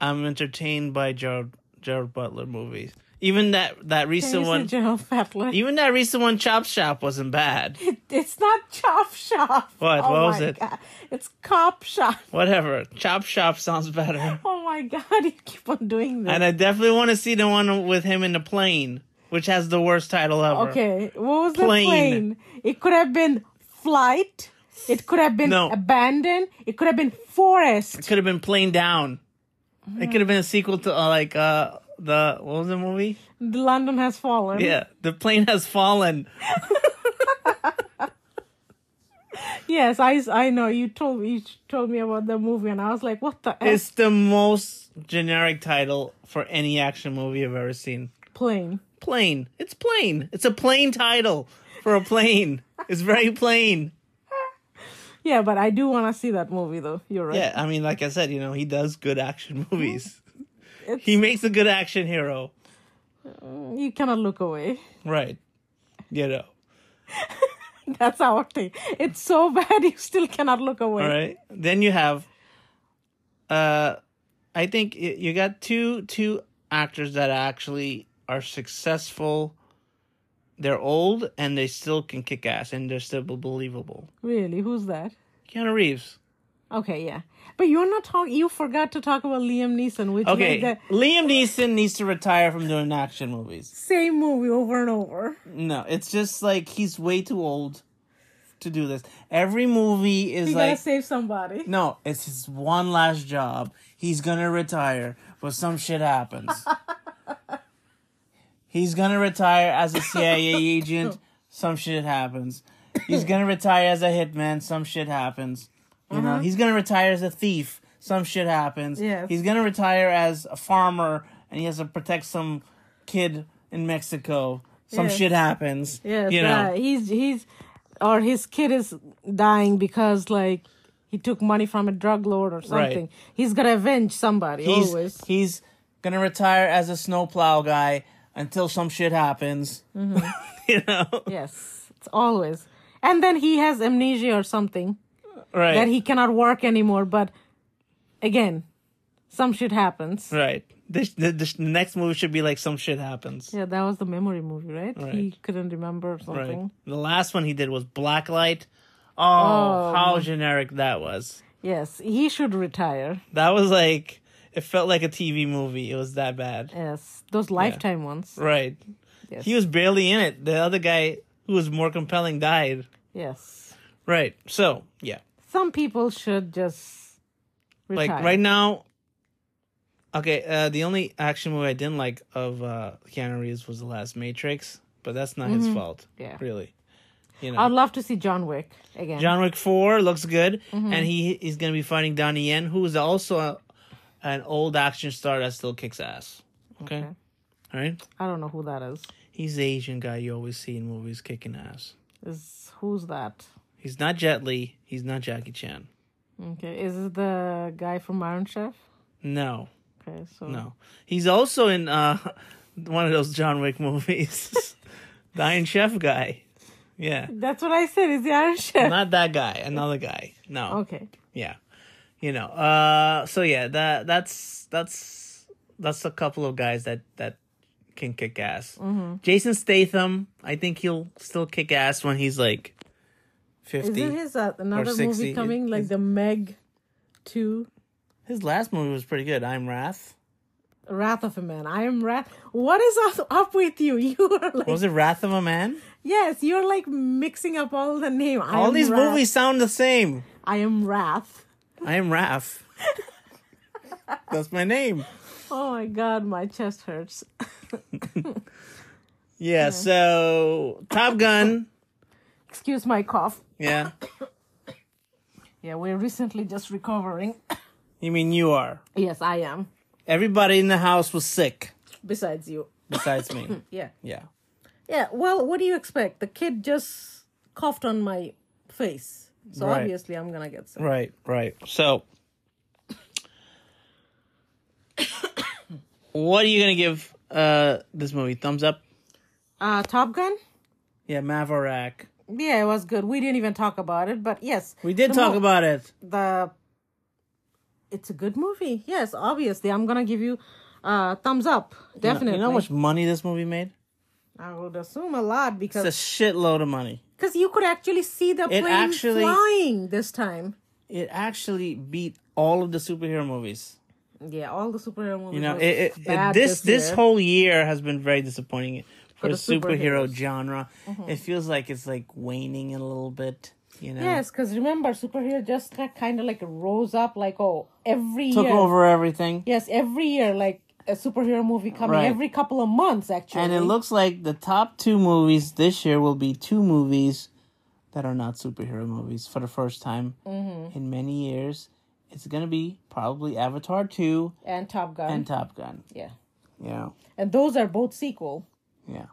[SPEAKER 2] I'm entertained by Gerald Gerald Butler movies. Even that that
[SPEAKER 3] Can
[SPEAKER 2] recent
[SPEAKER 3] you say
[SPEAKER 2] one,
[SPEAKER 3] Gerald Fatler.
[SPEAKER 2] even that recent one, Chop Shop wasn't bad.
[SPEAKER 3] It's not Chop Shop.
[SPEAKER 2] What?
[SPEAKER 3] Oh
[SPEAKER 2] What was
[SPEAKER 3] my
[SPEAKER 2] it?
[SPEAKER 3] God. It's Cop Shop.
[SPEAKER 2] Whatever, Chop Shop sounds better.
[SPEAKER 3] Oh my God! You keep on doing this.
[SPEAKER 2] And I definitely want to see the one with him in the plane, which has the worst title ever.
[SPEAKER 3] Okay, what was the
[SPEAKER 2] Plane.
[SPEAKER 3] plane? It could have been flight. It could have been
[SPEAKER 2] No.
[SPEAKER 3] abandoned. It could have been forest.
[SPEAKER 2] Could have been Plane Down.
[SPEAKER 3] Hmm.
[SPEAKER 2] It could have been a sequel to uh, like uh the what was the movie?
[SPEAKER 3] The London has fallen.
[SPEAKER 2] Yeah, the plane has fallen.
[SPEAKER 3] Yes, I, I know. You told me you told me about the movie, and I was like, what the
[SPEAKER 2] It's the most generic title for any action movie I've ever seen.
[SPEAKER 3] F plane?
[SPEAKER 2] Plane. It's plain. It's a plain title for a plane. It's very plain.
[SPEAKER 3] Yeah, but I do want to see that movie though. You're right.
[SPEAKER 2] Yeah, I mean, like I said, you know, he does good action movies. He makes a good action hero.
[SPEAKER 3] You cannot look away.
[SPEAKER 2] Right. You know.
[SPEAKER 3] That's our thing. It's so bad you still cannot look away.
[SPEAKER 2] All right. Then you have, uh, I think y- you got two two actors that actually are successful. They're old and they still can kick ass and they're still believable.
[SPEAKER 3] Really? Who's that?
[SPEAKER 2] Keanu Reeves.
[SPEAKER 3] Okay, yeah. But you're not talking. You forgot to talk about Liam Neeson, which
[SPEAKER 2] Okay,
[SPEAKER 3] made the
[SPEAKER 2] Liam Neeson needs to retire from doing action movies.
[SPEAKER 3] same movie over and over.
[SPEAKER 2] No, it's just like he's way too old to do this. Every movie is
[SPEAKER 3] You
[SPEAKER 2] like
[SPEAKER 3] gotta save somebody.
[SPEAKER 2] No, it's his one last job. He's gonna retire, but some shit happens. He's gonna retire as a CIA agent. Some shit happens. He's gonna retire as a hitman. Some shit happens. You know, he's gonna retire as a thief. Some shit happens.
[SPEAKER 3] Uh-huh. Yes.
[SPEAKER 2] He's gonna retire as a farmer, and he has to protect some kid in Mexico. Some
[SPEAKER 3] Yes.
[SPEAKER 2] shit happens.
[SPEAKER 3] Yes,
[SPEAKER 2] you know.
[SPEAKER 3] uh, he's he's or his kid is dying because like he took money from a drug lord or something. He's gonna avenge somebody
[SPEAKER 2] He's
[SPEAKER 3] always.
[SPEAKER 2] he's gonna retire as a snowplow guy until some shit happens.
[SPEAKER 3] Mm-hmm.
[SPEAKER 2] you know,
[SPEAKER 3] Yes, it's always. And then he has amnesia or something
[SPEAKER 2] right?
[SPEAKER 3] that he cannot work anymore. But again, some shit happens.
[SPEAKER 2] right. This, the, this the next movie should be like some shit happens.
[SPEAKER 3] Yeah, that was the memory movie, right? He
[SPEAKER 2] Right.
[SPEAKER 3] couldn't remember or something.
[SPEAKER 2] Right. The last one he did was Blacklight. Oh, how generic that was.
[SPEAKER 3] Yes, he should retire.
[SPEAKER 2] That was like it felt like a TV movie. It was that bad.
[SPEAKER 3] Yes, those lifetime ones.
[SPEAKER 2] Right.
[SPEAKER 3] Yes.
[SPEAKER 2] He was barely in it. The other guy who was more compelling died.
[SPEAKER 3] Yes,
[SPEAKER 2] Right. So, yeah.
[SPEAKER 3] some people should just retire.
[SPEAKER 2] Like right now Okay, uh the only action movie I didn't like of uh Keanu Reeves was The Last Matrix, but that's not his fault.
[SPEAKER 3] Mm-hmm. Yeah.
[SPEAKER 2] Really. You know.
[SPEAKER 3] I'd love to see John Wick again.
[SPEAKER 2] John Wick Four looks good,
[SPEAKER 3] Mm-hmm.
[SPEAKER 2] and he he's gonna be fighting Donnie Yen, who is also a, an old action star that still kicks ass. Okay?
[SPEAKER 3] Okay.
[SPEAKER 2] all right.
[SPEAKER 3] I don't know who that is.
[SPEAKER 2] He's the Asian guy you always see in movies kicking ass.
[SPEAKER 3] Is who's that?
[SPEAKER 2] He's not Jet Li. He's not Jackie Chan.
[SPEAKER 3] Okay, is it the guy from Iron Chef?
[SPEAKER 2] No,
[SPEAKER 3] Okay, so
[SPEAKER 2] no. He's also in uh one of those John Wick movies, the Iron Chef guy. Yeah,
[SPEAKER 3] that's what I said. Is the Iron Chef?
[SPEAKER 2] not that guy. Another guy. No.
[SPEAKER 3] okay,
[SPEAKER 2] yeah you know uh so yeah that that's that's that's a couple of guys that that can kick ass
[SPEAKER 3] Mm-hmm.
[SPEAKER 2] jason statham i think he'll still kick ass when he's like 50
[SPEAKER 3] is it
[SPEAKER 2] his-,
[SPEAKER 3] his uh, another
[SPEAKER 2] 60,
[SPEAKER 3] movie
[SPEAKER 2] it-
[SPEAKER 3] coming like the Meg Two?
[SPEAKER 2] last movie was pretty good i'm wrath
[SPEAKER 3] Wrath of a Man. I am Wrath. What is up, up with you? You are like
[SPEAKER 2] was it wrath of a man
[SPEAKER 3] yes, you're like mixing up all the name. I
[SPEAKER 2] all
[SPEAKER 3] am
[SPEAKER 2] these
[SPEAKER 3] Wrath.
[SPEAKER 2] movies sound the same
[SPEAKER 3] I am Wrath.
[SPEAKER 2] i am wrath that's my name
[SPEAKER 3] Oh my god, my chest hurts.
[SPEAKER 2] yeah so top gun
[SPEAKER 3] Excuse my cough.
[SPEAKER 2] yeah
[SPEAKER 3] Yeah, we're recently just recovering.
[SPEAKER 2] you mean you are
[SPEAKER 3] yes, I am.
[SPEAKER 2] everybody in the house was sick
[SPEAKER 3] Besides you.
[SPEAKER 2] besides me
[SPEAKER 3] Yeah.
[SPEAKER 2] yeah
[SPEAKER 3] Yeah, well, what do you expect? The kid just coughed on my face. So
[SPEAKER 2] Right.
[SPEAKER 3] obviously I'm gonna get sick.
[SPEAKER 2] Right, right. So, what are you gonna give uh this movie? Thumbs up?
[SPEAKER 3] Uh Top Gun?
[SPEAKER 2] Yeah, Maverick.
[SPEAKER 3] Yeah, it was good. We didn't even talk about it, but yes.
[SPEAKER 2] We did
[SPEAKER 3] the
[SPEAKER 2] talk
[SPEAKER 3] mo-
[SPEAKER 2] about it.
[SPEAKER 3] the it's a good movie. Yes, obviously. I'm gonna give you uh thumbs up. Definitely.
[SPEAKER 2] You know how much money this movie made?
[SPEAKER 3] I would assume a lot
[SPEAKER 2] It's a
[SPEAKER 3] because
[SPEAKER 2] shitload of money.
[SPEAKER 3] because you could actually see the
[SPEAKER 2] It
[SPEAKER 3] plane
[SPEAKER 2] actually-
[SPEAKER 3] flying this time.
[SPEAKER 2] It actually beat all of the superhero movies.
[SPEAKER 3] Yeah, all the superhero movies.
[SPEAKER 2] You know,
[SPEAKER 3] was
[SPEAKER 2] it, it, it-
[SPEAKER 3] bad
[SPEAKER 2] this this
[SPEAKER 3] year.
[SPEAKER 2] whole year has been very disappointing for, the
[SPEAKER 3] the
[SPEAKER 2] superhero
[SPEAKER 3] superheroes. Mm-hmm.
[SPEAKER 2] genre. It feels like it's like waning a little bit. You know,
[SPEAKER 3] Yes, because remember, superhero just kind of like rose up, like oh, every
[SPEAKER 2] took
[SPEAKER 3] year.
[SPEAKER 2] over everything.
[SPEAKER 3] Yes, every year, like a superhero movie coming
[SPEAKER 2] Right.
[SPEAKER 3] every couple of months, actually.
[SPEAKER 2] And it looks like the top two movies this year will be two movies that are not superhero movies for the first time
[SPEAKER 3] Mm-hmm.
[SPEAKER 2] in many years. It's gonna be probably Avatar two
[SPEAKER 3] and Top Gun.
[SPEAKER 2] and Top Gun.
[SPEAKER 3] yeah,
[SPEAKER 2] Yeah,
[SPEAKER 3] and those are both sequel.
[SPEAKER 2] yeah,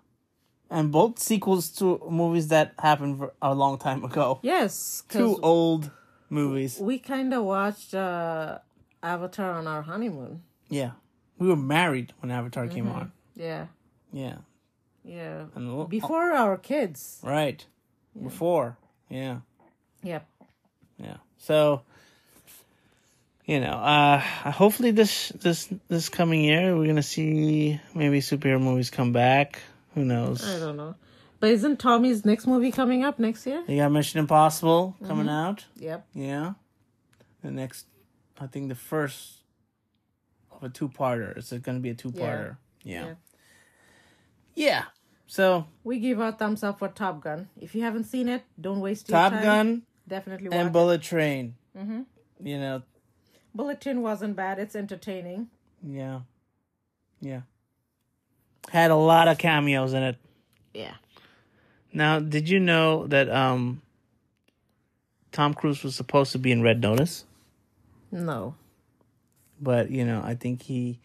[SPEAKER 2] and both sequels to movies that happened for a long time ago.
[SPEAKER 3] Yes,
[SPEAKER 2] Two old movies.
[SPEAKER 3] we kind of watched uh, Avatar on our honeymoon.
[SPEAKER 2] Yeah, we were married when Avatar came on.
[SPEAKER 3] Yeah,
[SPEAKER 2] Yeah,
[SPEAKER 3] yeah.
[SPEAKER 2] And lo-
[SPEAKER 3] Before our kids.
[SPEAKER 2] right before. Yeah.
[SPEAKER 3] Yep.
[SPEAKER 2] Yeah. So you know, uh hopefully this this this coming year we're gonna see maybe superhero movies come back. Who
[SPEAKER 3] I
[SPEAKER 2] knows?
[SPEAKER 3] don't know. But isn't Tommy's next movie coming up next year?
[SPEAKER 2] You got Mission Impossible coming
[SPEAKER 3] Mm-hmm.
[SPEAKER 2] out.
[SPEAKER 3] Yep.
[SPEAKER 2] Yeah. The next I think the first of a two parter. It's gonna be a two parter. Yeah. yeah.
[SPEAKER 3] Yeah.
[SPEAKER 2] So
[SPEAKER 3] We give our thumbs up for Top Gun. If you haven't seen it, don't waste your
[SPEAKER 2] Top
[SPEAKER 3] time.
[SPEAKER 2] Gun
[SPEAKER 3] Definitely watch
[SPEAKER 2] and
[SPEAKER 3] it.
[SPEAKER 2] Bullet Train. Mm-hmm. You know,
[SPEAKER 3] Bulletin wasn't bad. It's entertaining.
[SPEAKER 2] yeah. Yeah. Had a lot of cameos in it.
[SPEAKER 3] Yeah.
[SPEAKER 2] Now, did you know that um, Tom Cruise was supposed to be in Red Notice,
[SPEAKER 3] No.
[SPEAKER 2] but you know, I think he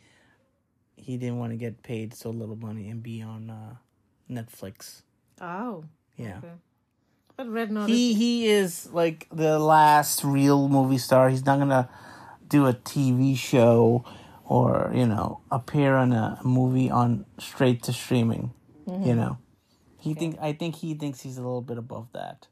[SPEAKER 2] he didn't want to get paid so little money and be on uh, Netflix.
[SPEAKER 3] Oh.
[SPEAKER 2] Yeah,
[SPEAKER 3] Okay. But Red Notice.
[SPEAKER 2] he he is like the last real movie star. He's not gonna do a TV show or you know appear on a movie on straight to streaming. You know, he think I think he thinks he's a little bit above that.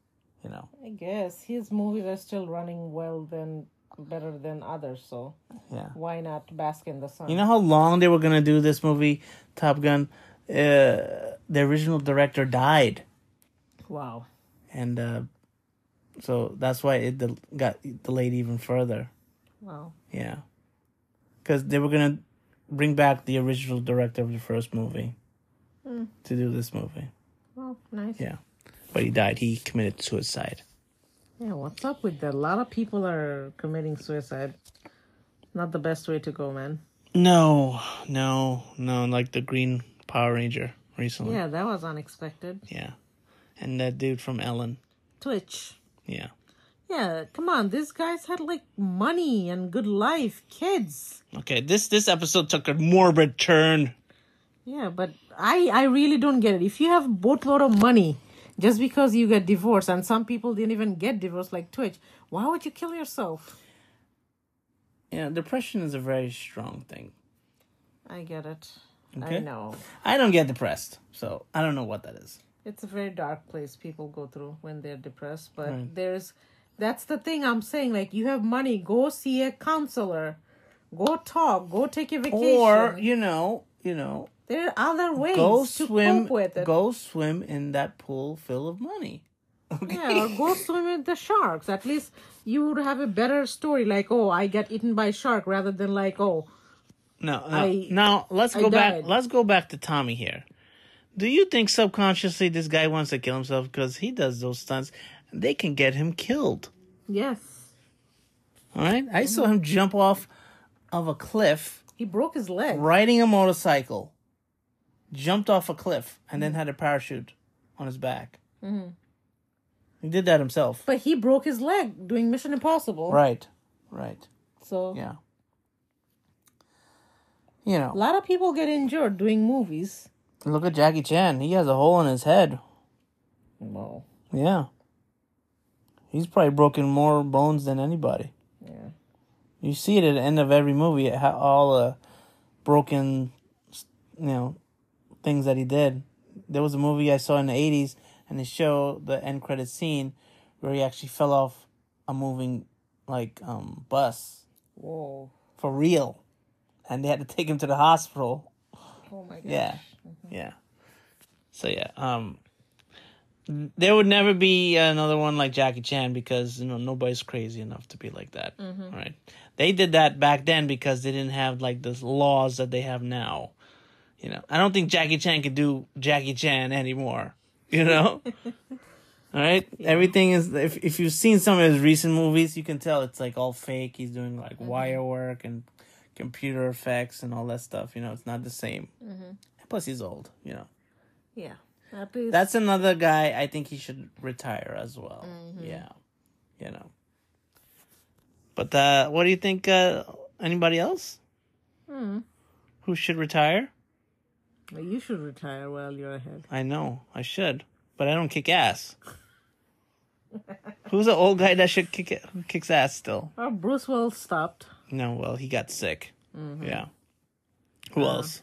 [SPEAKER 2] You know,
[SPEAKER 3] I guess his movies are still running well than better than others, so
[SPEAKER 2] Yeah.
[SPEAKER 3] why not bask in the sun?
[SPEAKER 2] you know how long they were gonna do this movie, Top Gun. Uh, the original director died.
[SPEAKER 3] wow.
[SPEAKER 2] and uh, so that's why it del- got delayed even further.
[SPEAKER 3] Wow.
[SPEAKER 2] Yeah, because they were gonna bring back the original director of the first movie
[SPEAKER 3] Mm.
[SPEAKER 2] to do this movie.
[SPEAKER 3] Oh, nice.
[SPEAKER 2] Yeah, but he died. He committed suicide.
[SPEAKER 3] Yeah, what's up with that? A lot of people are committing suicide. Not the best way to go, man.
[SPEAKER 2] No, no, no. Like the Green Power Ranger recently.
[SPEAKER 3] Yeah, that was unexpected.
[SPEAKER 2] yeah. and that dude from Ellen.
[SPEAKER 3] Twitch.
[SPEAKER 2] Yeah.
[SPEAKER 3] Yeah, come on. These guys had like money and good life, kids.
[SPEAKER 2] Okay, this this episode took a morbid turn.
[SPEAKER 3] Yeah, but I I really don't get it. If you have boatload of money, just because you get divorced, and some people didn't even get divorced, like Twitch, why would you kill yourself?
[SPEAKER 2] Yeah, depression is a very strong thing.
[SPEAKER 3] I get it. I
[SPEAKER 2] Okay.
[SPEAKER 3] know.
[SPEAKER 2] I don't get depressed, so I don't know what that is.
[SPEAKER 3] It's a very dark place people go through when they're depressed, but there's that's the thing I'm saying. Like you have money, go see a counselor, go talk, go take a vacation.
[SPEAKER 2] or you know, you know,
[SPEAKER 3] there are other ways
[SPEAKER 2] go
[SPEAKER 3] to
[SPEAKER 2] swim,
[SPEAKER 3] cope with it.
[SPEAKER 2] go swim in that pool full of money.
[SPEAKER 3] Yeah, or go swim with the sharks. At least you would have a better story, like, oh, I get eaten by a shark, rather than like, oh,
[SPEAKER 2] No, no
[SPEAKER 3] I-
[SPEAKER 2] now let's
[SPEAKER 3] I
[SPEAKER 2] go back.
[SPEAKER 3] died.
[SPEAKER 2] Let's go back to Tommy here. Do you think subconsciously this guy wants to kill himself because he does those stunts? They can get him killed.
[SPEAKER 3] yes,
[SPEAKER 2] All right, I saw him jump off of a cliff
[SPEAKER 3] he broke his leg.
[SPEAKER 2] riding a motorcycle, jumped off a cliff, and then had a parachute on his back. He did that himself.
[SPEAKER 3] Mm-hmm. But he broke his leg doing Mission Impossible.
[SPEAKER 2] Right, right.
[SPEAKER 3] So
[SPEAKER 2] Yeah. You
[SPEAKER 3] a
[SPEAKER 2] know,
[SPEAKER 3] lot of people get injured doing movies.
[SPEAKER 2] look at Jackie Chan. He has a hole in his head.
[SPEAKER 3] Wow.
[SPEAKER 2] Yeah. He's probably broken more bones than anybody.
[SPEAKER 3] Yeah.
[SPEAKER 2] You see it at the end of every movie, how all the broken, you know, things that he did. There was a movie I saw in the 80s, and they show the end credit scene where he actually fell off a moving, like, um, bus
[SPEAKER 3] Whoa.
[SPEAKER 2] for real. And they had to take him to the hospital.
[SPEAKER 3] Oh my Mm-hmm. god.
[SPEAKER 2] Yeah. Yeah. So yeah, um there would never be another one like Jackie Chan because you know nobody's crazy enough to be like that.
[SPEAKER 3] Mm-hmm.
[SPEAKER 2] Right. They did that back then because they didn't have like the laws that they have now. You know, I don't think Jackie Chan could do Jackie Chan anymore, you know? All right? Everything is if if you've seen some of his recent movies, you can tell it's like all fake. He's doing like wire work and computer effects and all that stuff, you know, it's not the same. Plus, he's old. You know,
[SPEAKER 3] Yeah. At least
[SPEAKER 2] that's another guy. I think he should retire as well. Yeah, you know. But uh, what do you think? Uh, anybody else who should retire?
[SPEAKER 3] you should retire while you're ahead.
[SPEAKER 2] I know I should, but I don't kick ass. Who's the old guy that should kick who kicks ass still?
[SPEAKER 3] Well, Oh, Bruce Willis stopped.
[SPEAKER 2] No, well he got sick.
[SPEAKER 3] Mm-hmm.
[SPEAKER 2] Yeah. Who
[SPEAKER 3] Uh-huh.
[SPEAKER 2] else?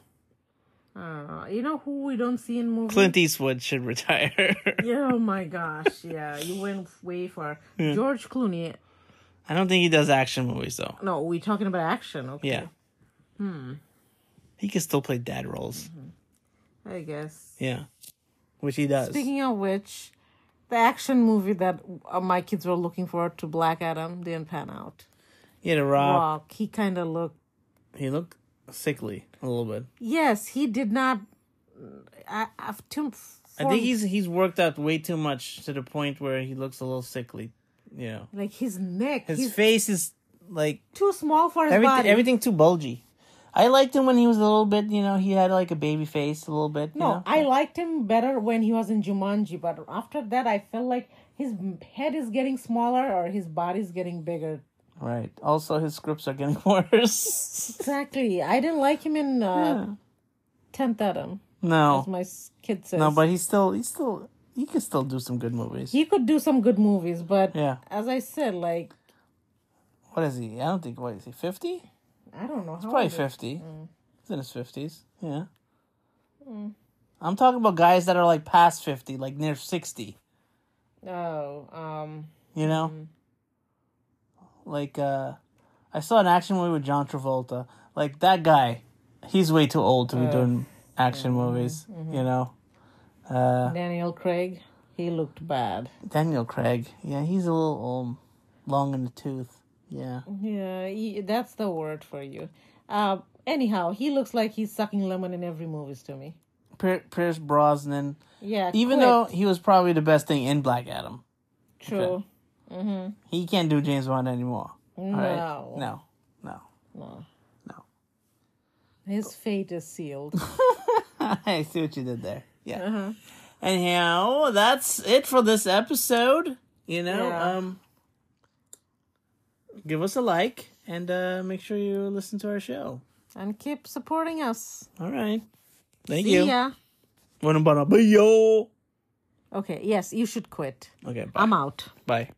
[SPEAKER 3] Uh, you know who we don't see in movies?
[SPEAKER 2] Clint Eastwood should retire.
[SPEAKER 3] Yeah, oh my gosh. Yeah, you went way far. George Clooney.
[SPEAKER 2] I don't think he does action movies though.
[SPEAKER 3] No, we're talking about action. Okay.
[SPEAKER 2] Yeah. Hmm.
[SPEAKER 3] Hmm.
[SPEAKER 2] He can still play dad roles.
[SPEAKER 3] Mm-hmm. I guess.
[SPEAKER 2] Yeah. Which he does.
[SPEAKER 3] Speaking of which, the action movie that uh, my kids were looking forward to, Black Adam, didn't pan out.
[SPEAKER 2] he had a rock.
[SPEAKER 3] Rock, he kind of looked.
[SPEAKER 2] He looked sickly a little bit.
[SPEAKER 3] Yes, he did not. I, I've too.
[SPEAKER 2] I think he's he's worked out way too much to the point where he looks a little sickly. You know.
[SPEAKER 3] like his neck.
[SPEAKER 2] His
[SPEAKER 3] he's
[SPEAKER 2] face is like
[SPEAKER 3] too small for his
[SPEAKER 2] everything
[SPEAKER 3] body.
[SPEAKER 2] everything too bulgy. I liked him when he was a little bit, you know, he had like a baby face a little bit.
[SPEAKER 3] No,
[SPEAKER 2] you know?
[SPEAKER 3] I liked him better when he was in Jumanji, but after that, I felt like his head is getting smaller or his body's getting bigger.
[SPEAKER 2] Right. Also his scripts are getting worse.
[SPEAKER 3] Exactly. I didn't like him in uh, Tenth Adam,
[SPEAKER 2] no.
[SPEAKER 3] as my s- kid says.
[SPEAKER 2] No, but he's still he's still he can still do some good movies.
[SPEAKER 3] He could do some good movies, but
[SPEAKER 2] Yeah.
[SPEAKER 3] as I said, like
[SPEAKER 2] What is he? I don't think. What is he? Fifty?
[SPEAKER 3] I don't know. How
[SPEAKER 2] Probably
[SPEAKER 3] old is-
[SPEAKER 2] fifty. He's in his fifties. Yeah.
[SPEAKER 3] Mm.
[SPEAKER 2] I'm talking about guys that are like past fifty, like near sixty.
[SPEAKER 3] Oh, um,
[SPEAKER 2] You know, like uh, I saw an action movie with John Travolta. Like that guy, he's way too old to be doing action movies. You know,
[SPEAKER 3] Daniel Craig. He looked bad.
[SPEAKER 2] Daniel Craig. Yeah, he's a little um, long in the tooth. Yeah.
[SPEAKER 3] Mm-hmm. Yeah, he, that's the word for you. Uh, anyhow, he looks like he's sucking lemon in every movies to me.
[SPEAKER 2] Pier- Pierce Brosnan.
[SPEAKER 3] Yeah,
[SPEAKER 2] Even
[SPEAKER 3] quit.
[SPEAKER 2] though he was probably the best thing in Black Adam,
[SPEAKER 3] true.
[SPEAKER 2] he can't do James Bond anymore. No.
[SPEAKER 3] No.
[SPEAKER 2] No. No.
[SPEAKER 3] His fate is sealed.
[SPEAKER 2] I see what you did there. Yeah.
[SPEAKER 3] Uh-huh.
[SPEAKER 2] Anyhow, that's it for this episode. You know,
[SPEAKER 3] Yeah.
[SPEAKER 2] um, give us a like and uh, make sure you listen to our show.
[SPEAKER 3] and keep supporting us.
[SPEAKER 2] All right. Thank
[SPEAKER 3] See
[SPEAKER 2] you.
[SPEAKER 3] ya.
[SPEAKER 2] Bueno, bueno, bye, yo.
[SPEAKER 3] Okay, yes, you should quit.
[SPEAKER 2] Okay. Bye.
[SPEAKER 3] I'm out.
[SPEAKER 2] bye.